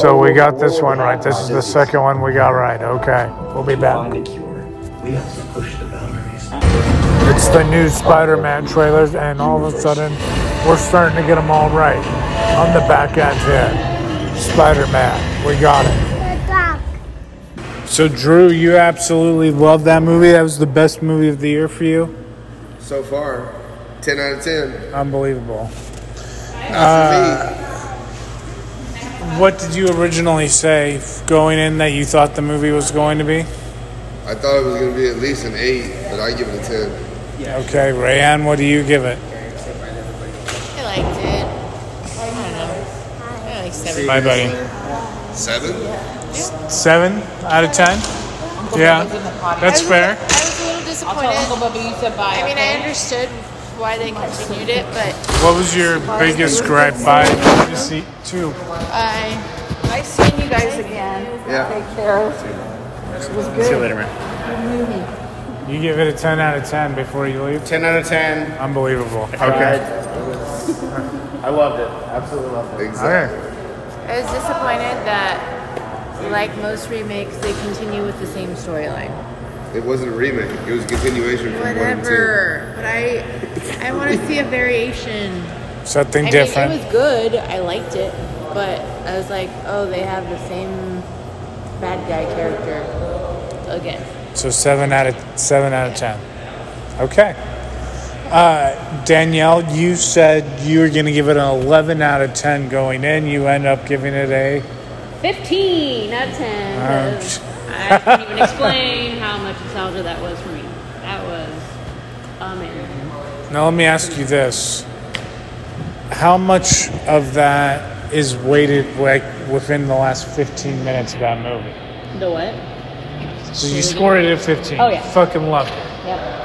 Speaker 3: So we got this one right. This is the second one we got right. Okay, we'll be back. It's the new Spider-Man trailers, and all of a sudden, we're starting to get them all right on the back end here. Spider-Man, we got it. So Drew, you absolutely loved that movie. That was the best movie of the year for you.
Speaker 4: So far, 10 out of 10.
Speaker 3: Unbelievable.
Speaker 4: Not for me.
Speaker 3: What did you originally say f- going in that you thought the movie was going to be?
Speaker 4: I thought it was going to be at least an 8, but I give it a 10.
Speaker 3: Okay, Rayanne, what do you give it?
Speaker 22: I liked it. I don't know. I like seven.
Speaker 3: Bye, buddy.
Speaker 4: Seven?
Speaker 3: Seven out of ten. Yeah, that's fair.
Speaker 22: I was a little disappointed. I mean, I understood why they continued it, but
Speaker 3: What was your biggest gripe by the seat two?
Speaker 22: I.
Speaker 23: Nice seeing you guys again.
Speaker 3: Yeah.
Speaker 23: Take care. It was good.
Speaker 3: See you later, You give it a ten out of ten before you leave. Ten out of ten. Unbelievable. Okay.
Speaker 24: I loved it. Absolutely loved it.
Speaker 3: Okay.
Speaker 22: I was disappointed that, like most remakes, they continue with the same storyline.
Speaker 4: It wasn't a remake, it was a continuation from
Speaker 22: Whatever, but I, I want to see a variation.
Speaker 3: Something
Speaker 22: I
Speaker 3: different.
Speaker 22: Mean, it was good. I liked it, but I was like, oh, they have the same bad guy character again.
Speaker 3: So seven out of seven out of ten. Okay. Uh, Danielle, you said you were going to give it an 11 out of 10 going in. You end up giving it a.
Speaker 1: 15 out of 10. 'cause I can't even explain how much nostalgia that was for me. That was amazing.
Speaker 3: Now let me ask you this: How much of that is weighted like within the last 15 minutes of that movie?
Speaker 1: The what?
Speaker 3: So you scored it at 15.
Speaker 1: Oh, yeah.
Speaker 3: Fucking love it.
Speaker 1: Yep.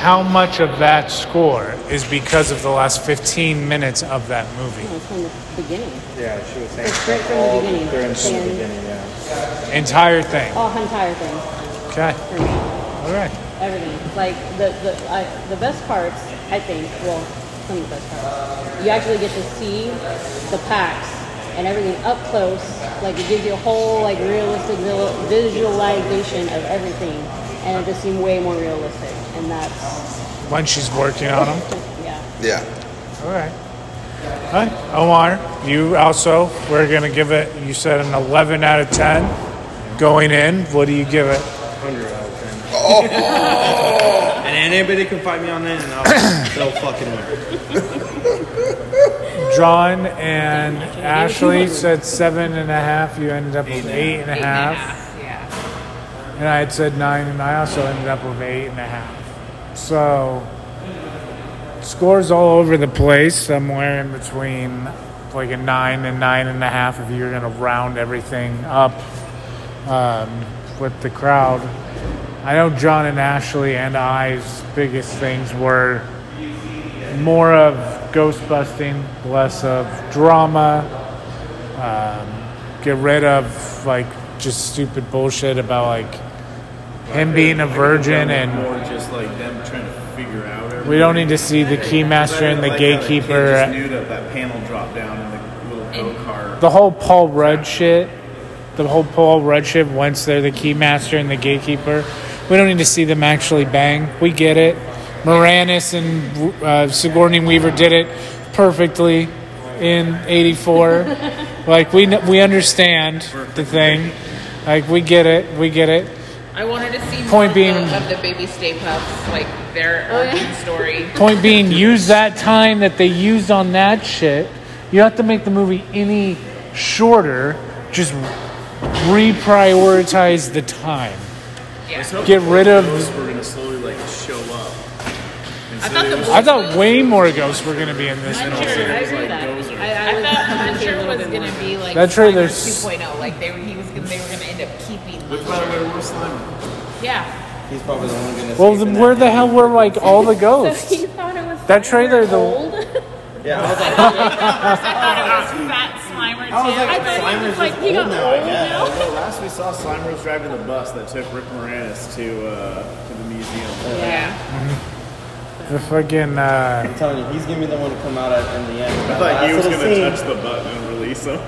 Speaker 3: How much of that score is because of the last 15 minutes of that movie?
Speaker 1: It's from the beginning.
Speaker 25: Yeah, she was saying.
Speaker 1: It's right from the beginning.
Speaker 25: They're in from the
Speaker 1: And-
Speaker 25: beginning, yeah.
Speaker 3: Entire thing.
Speaker 1: Oh, entire thing.
Speaker 3: Okay.
Speaker 1: For me.
Speaker 3: All right.
Speaker 1: Everything. Like, the, the, I, the best parts, I think, well, some of the best parts, you actually get to see the packs and everything up close. Like, it gives you a whole, like, realistic vil- visualization of everything. And it just seemed way more realistic. And that's,
Speaker 3: When she's working on
Speaker 1: [laughs]
Speaker 3: them.
Speaker 1: yeah.
Speaker 4: Yeah.
Speaker 3: All right. Hi, Omar. You also, we're going to give it, you said an 11 out of 10 going in. What do you give it?
Speaker 25: 100 out of 10. And anybody can fight me on that, and
Speaker 3: [coughs]
Speaker 25: I'll, they'll fucking win.
Speaker 3: John and Ashley said seven and a half. You ended up with eight and a half. And I had said nine, and I also ended up with eight and a half. So, scores all over the place, somewhere in between like a nine and nine and a half if you're going to round everything up um, with the crowd. I know John and Ashley and I's biggest things were more of ghost busting, less of drama. Um, get rid of like just stupid bullshit about like him being a virgin
Speaker 7: more
Speaker 3: and
Speaker 7: just like them trying to figure out. Everything.
Speaker 3: we don't need to see the keymaster and the
Speaker 7: Like how kid just
Speaker 3: gatekeeper.
Speaker 7: knew that that panel dropped down in the little go kart.
Speaker 3: The whole Paul Rudd shit. The whole Paul Rudd shit. Once they're the keymaster and the gatekeeper, we don't need to see them actually bang. We get it. Moranis and uh, Sigourney Weaver did it perfectly in '84. like we kn- we understand the thing. Like we get it. We get it.
Speaker 1: I wanted to see
Speaker 3: Point
Speaker 1: more of
Speaker 3: being-
Speaker 1: the, of the baby Stay Puffs, like their origin [laughs] story.
Speaker 3: Point being, use that time that they used on that shit. You don't have to make the movie any shorter. Just reprioritize the time.
Speaker 7: Let's hope
Speaker 3: Get
Speaker 7: the
Speaker 3: rid of-
Speaker 7: ghosts We're gonna slowly like show up. And so they was-
Speaker 3: I thought way more ghosts were gonna be in this
Speaker 7: Hunter,
Speaker 3: movie.
Speaker 7: I
Speaker 1: agree with that. I, I, thought Hunter was going to be like
Speaker 3: That trailer's-
Speaker 1: Slimer 2.0. oh, Like they were, he was gonna, they were going to end up keeping.
Speaker 7: Which, by the way, we're Slimer.
Speaker 1: Yeah.
Speaker 7: He's probably the one gonna.
Speaker 3: Well, then where the hell were like all the
Speaker 1: [laughs] So
Speaker 3: ghosts?
Speaker 1: he thought it was.
Speaker 3: That trailer, [laughs] the
Speaker 1: Old.
Speaker 7: Yeah.
Speaker 1: I thought it was Fat Slimer. Too.
Speaker 5: I was like,
Speaker 1: thought it
Speaker 5: Slimer's
Speaker 1: was like he got
Speaker 5: old now, I
Speaker 1: old
Speaker 5: guess.
Speaker 1: now.
Speaker 5: Although Last we saw Slimer was driving the bus that took Rick Moranis to uh, to the museum.
Speaker 1: Yeah.
Speaker 3: the fucking uh,
Speaker 7: I'm telling you, he's gonna be the one to come out at, in the end.
Speaker 5: I thought he was
Speaker 7: Last
Speaker 5: gonna
Speaker 7: little scene,
Speaker 5: touch the button and release him.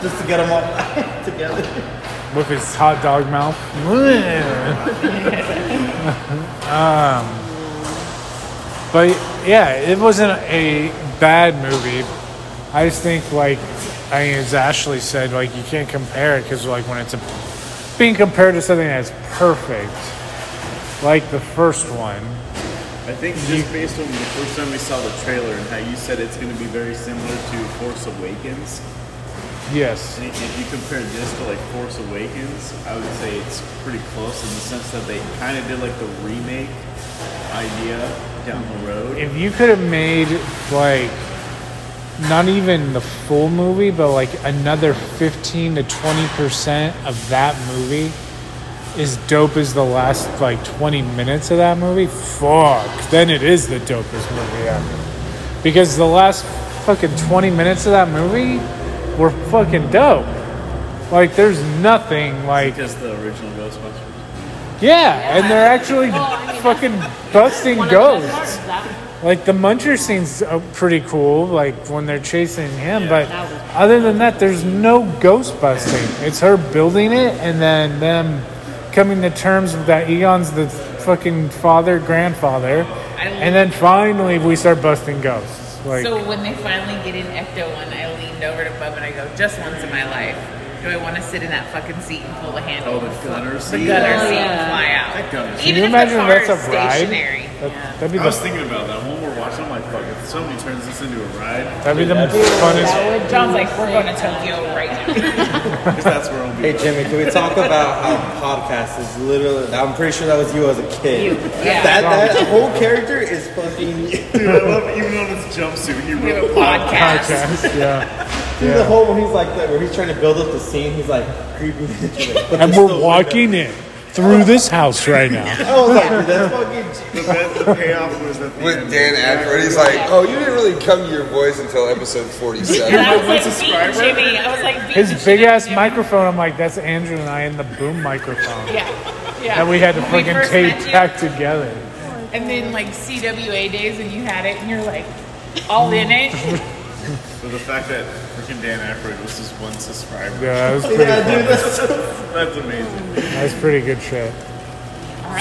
Speaker 7: just to get him all together.
Speaker 3: with his hot dog mouth. um, but yeah, it wasn't a bad movie. I just think like I mean, as Ashley said, like you can't compare it because like when it's a, being compared to something that's perfect, like the first one.
Speaker 5: I think just based on the first time we saw the trailer and how you said it's gonna be very similar to Force Awakens.
Speaker 3: Yes.
Speaker 5: And if you compare this to like Force Awakens, I would say it's pretty close in the sense that they kind of did like the remake idea down the road.
Speaker 3: If you could have made like not even the full movie, but like another fifteen to twenty percent of that movie is dope as the last like twenty minutes of that movie, fuck. Then it is the dopest movie ever. Because the last fucking twenty minutes of that movie were fucking dope. Like there's nothing like
Speaker 5: Because the original Ghostbusters.
Speaker 3: yeah, and they're actually fucking busting
Speaker 5: one of the
Speaker 3: ghosts.
Speaker 5: best parts,
Speaker 3: Like the muncher scene's uh, pretty cool, like when they're chasing him. But
Speaker 5: That was-
Speaker 3: other than that, there's no ghost busting. It's her building it and then them coming to terms with that Eon's the fucking father, grandfather, and then finally we start busting ghosts. Like
Speaker 1: so when they finally get in Ecto one, I leaned over to Bub and I go, just once in my life, do I want to sit in that fucking seat and pull the handle?
Speaker 5: Oh, the gunner
Speaker 1: The
Speaker 5: scene.
Speaker 1: gunner
Speaker 5: Oh,
Speaker 1: seat
Speaker 5: yeah.
Speaker 1: and fly out.
Speaker 5: That gunner
Speaker 1: Even
Speaker 5: scene.
Speaker 3: Can you
Speaker 1: if
Speaker 3: imagine
Speaker 1: the
Speaker 3: if
Speaker 1: car
Speaker 3: that's
Speaker 1: is
Speaker 3: a ride?
Speaker 1: stationary.
Speaker 3: That- that'd be
Speaker 5: I
Speaker 3: the-
Speaker 5: was thinking about that when we're watching. I'm like, fuck, if somebody turns this into a ride,
Speaker 3: That'd be the funnest.
Speaker 1: John's like, we're going to Tokyo right now.
Speaker 5: that's where I'll be.
Speaker 7: Hey Jimmy, can we talk about how podcast is literally? I'm pretty sure that was you as a kid.
Speaker 1: You, yeah.
Speaker 7: That that whole character is fucking.
Speaker 5: Dude, I love even on his jumpsuit, he wrote
Speaker 1: [laughs]
Speaker 3: Podcast, yeah.
Speaker 7: Dude, The whole when he's like that, where he's trying to build up the scene, he's like creeping. into it. But
Speaker 3: And
Speaker 7: there's
Speaker 3: we're
Speaker 7: still-
Speaker 3: walking in through this house right now. [laughs]
Speaker 7: I was like, dude, that's
Speaker 5: [laughs]
Speaker 7: fucking.
Speaker 5: The, best- the payoff was that the
Speaker 4: With Dan Aykroyd, he's like, "Oh, you didn't really come to your voice until episode 47."
Speaker 1: [laughs] I was like, beat Jimmy. I was like, beat
Speaker 3: His big ass microphone. I'm like, that's Andrew and I in the boom microphone
Speaker 1: yeah, yeah.
Speaker 3: that we had to
Speaker 1: When we
Speaker 3: fucking
Speaker 1: first
Speaker 3: tape
Speaker 1: met you,
Speaker 3: back together.
Speaker 1: And then like CWA days, and you had it, and you're like, all in it.
Speaker 5: But the fact that freaking Dan Aykroyd was just one subscriber.
Speaker 3: Yeah, that was pretty Yeah, dude,
Speaker 5: that's, [laughs] that's amazing.
Speaker 3: That was pretty good shit.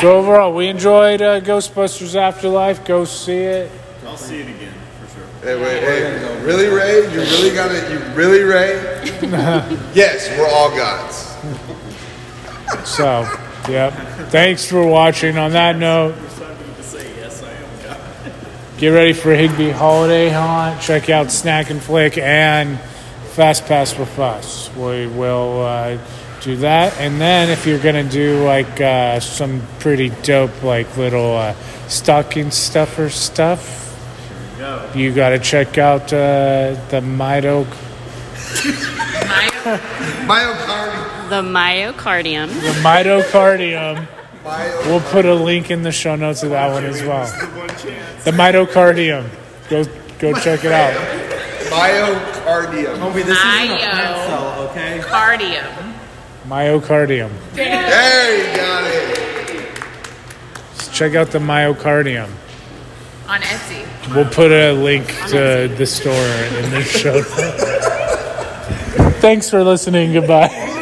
Speaker 3: So overall, we enjoyed uh, Ghostbusters Afterlife. Go see it.
Speaker 5: I'll see it again for sure.
Speaker 4: Hey, wait, hey, really, Ray? You really got to You really, Ray? yes, we're all gods.
Speaker 3: So, yep. Thanks for watching. On that note, get ready for Higby Holiday Haunt. Check out Snack and Flick and Fast Pass with Us. We will uh, do that. And then if you're going to do like uh, some pretty dope, like little uh, stocking stuffer stuff, you got to check out uh, the Mido
Speaker 4: Myocardium.
Speaker 6: the myocardium.
Speaker 3: The mitocardium. We'll put a link in the show notes of that one as well. The mitocardium. Go go check it out.
Speaker 4: Myocardium.
Speaker 12: Homie, this isn't a plant cell, okay?
Speaker 1: Cardium.
Speaker 3: Myocardium.
Speaker 4: There you got it.
Speaker 3: Just check out the myocardium.
Speaker 1: on Etsy.
Speaker 3: We'll put a link to the store in the show notes. Thanks for listening. Goodbye.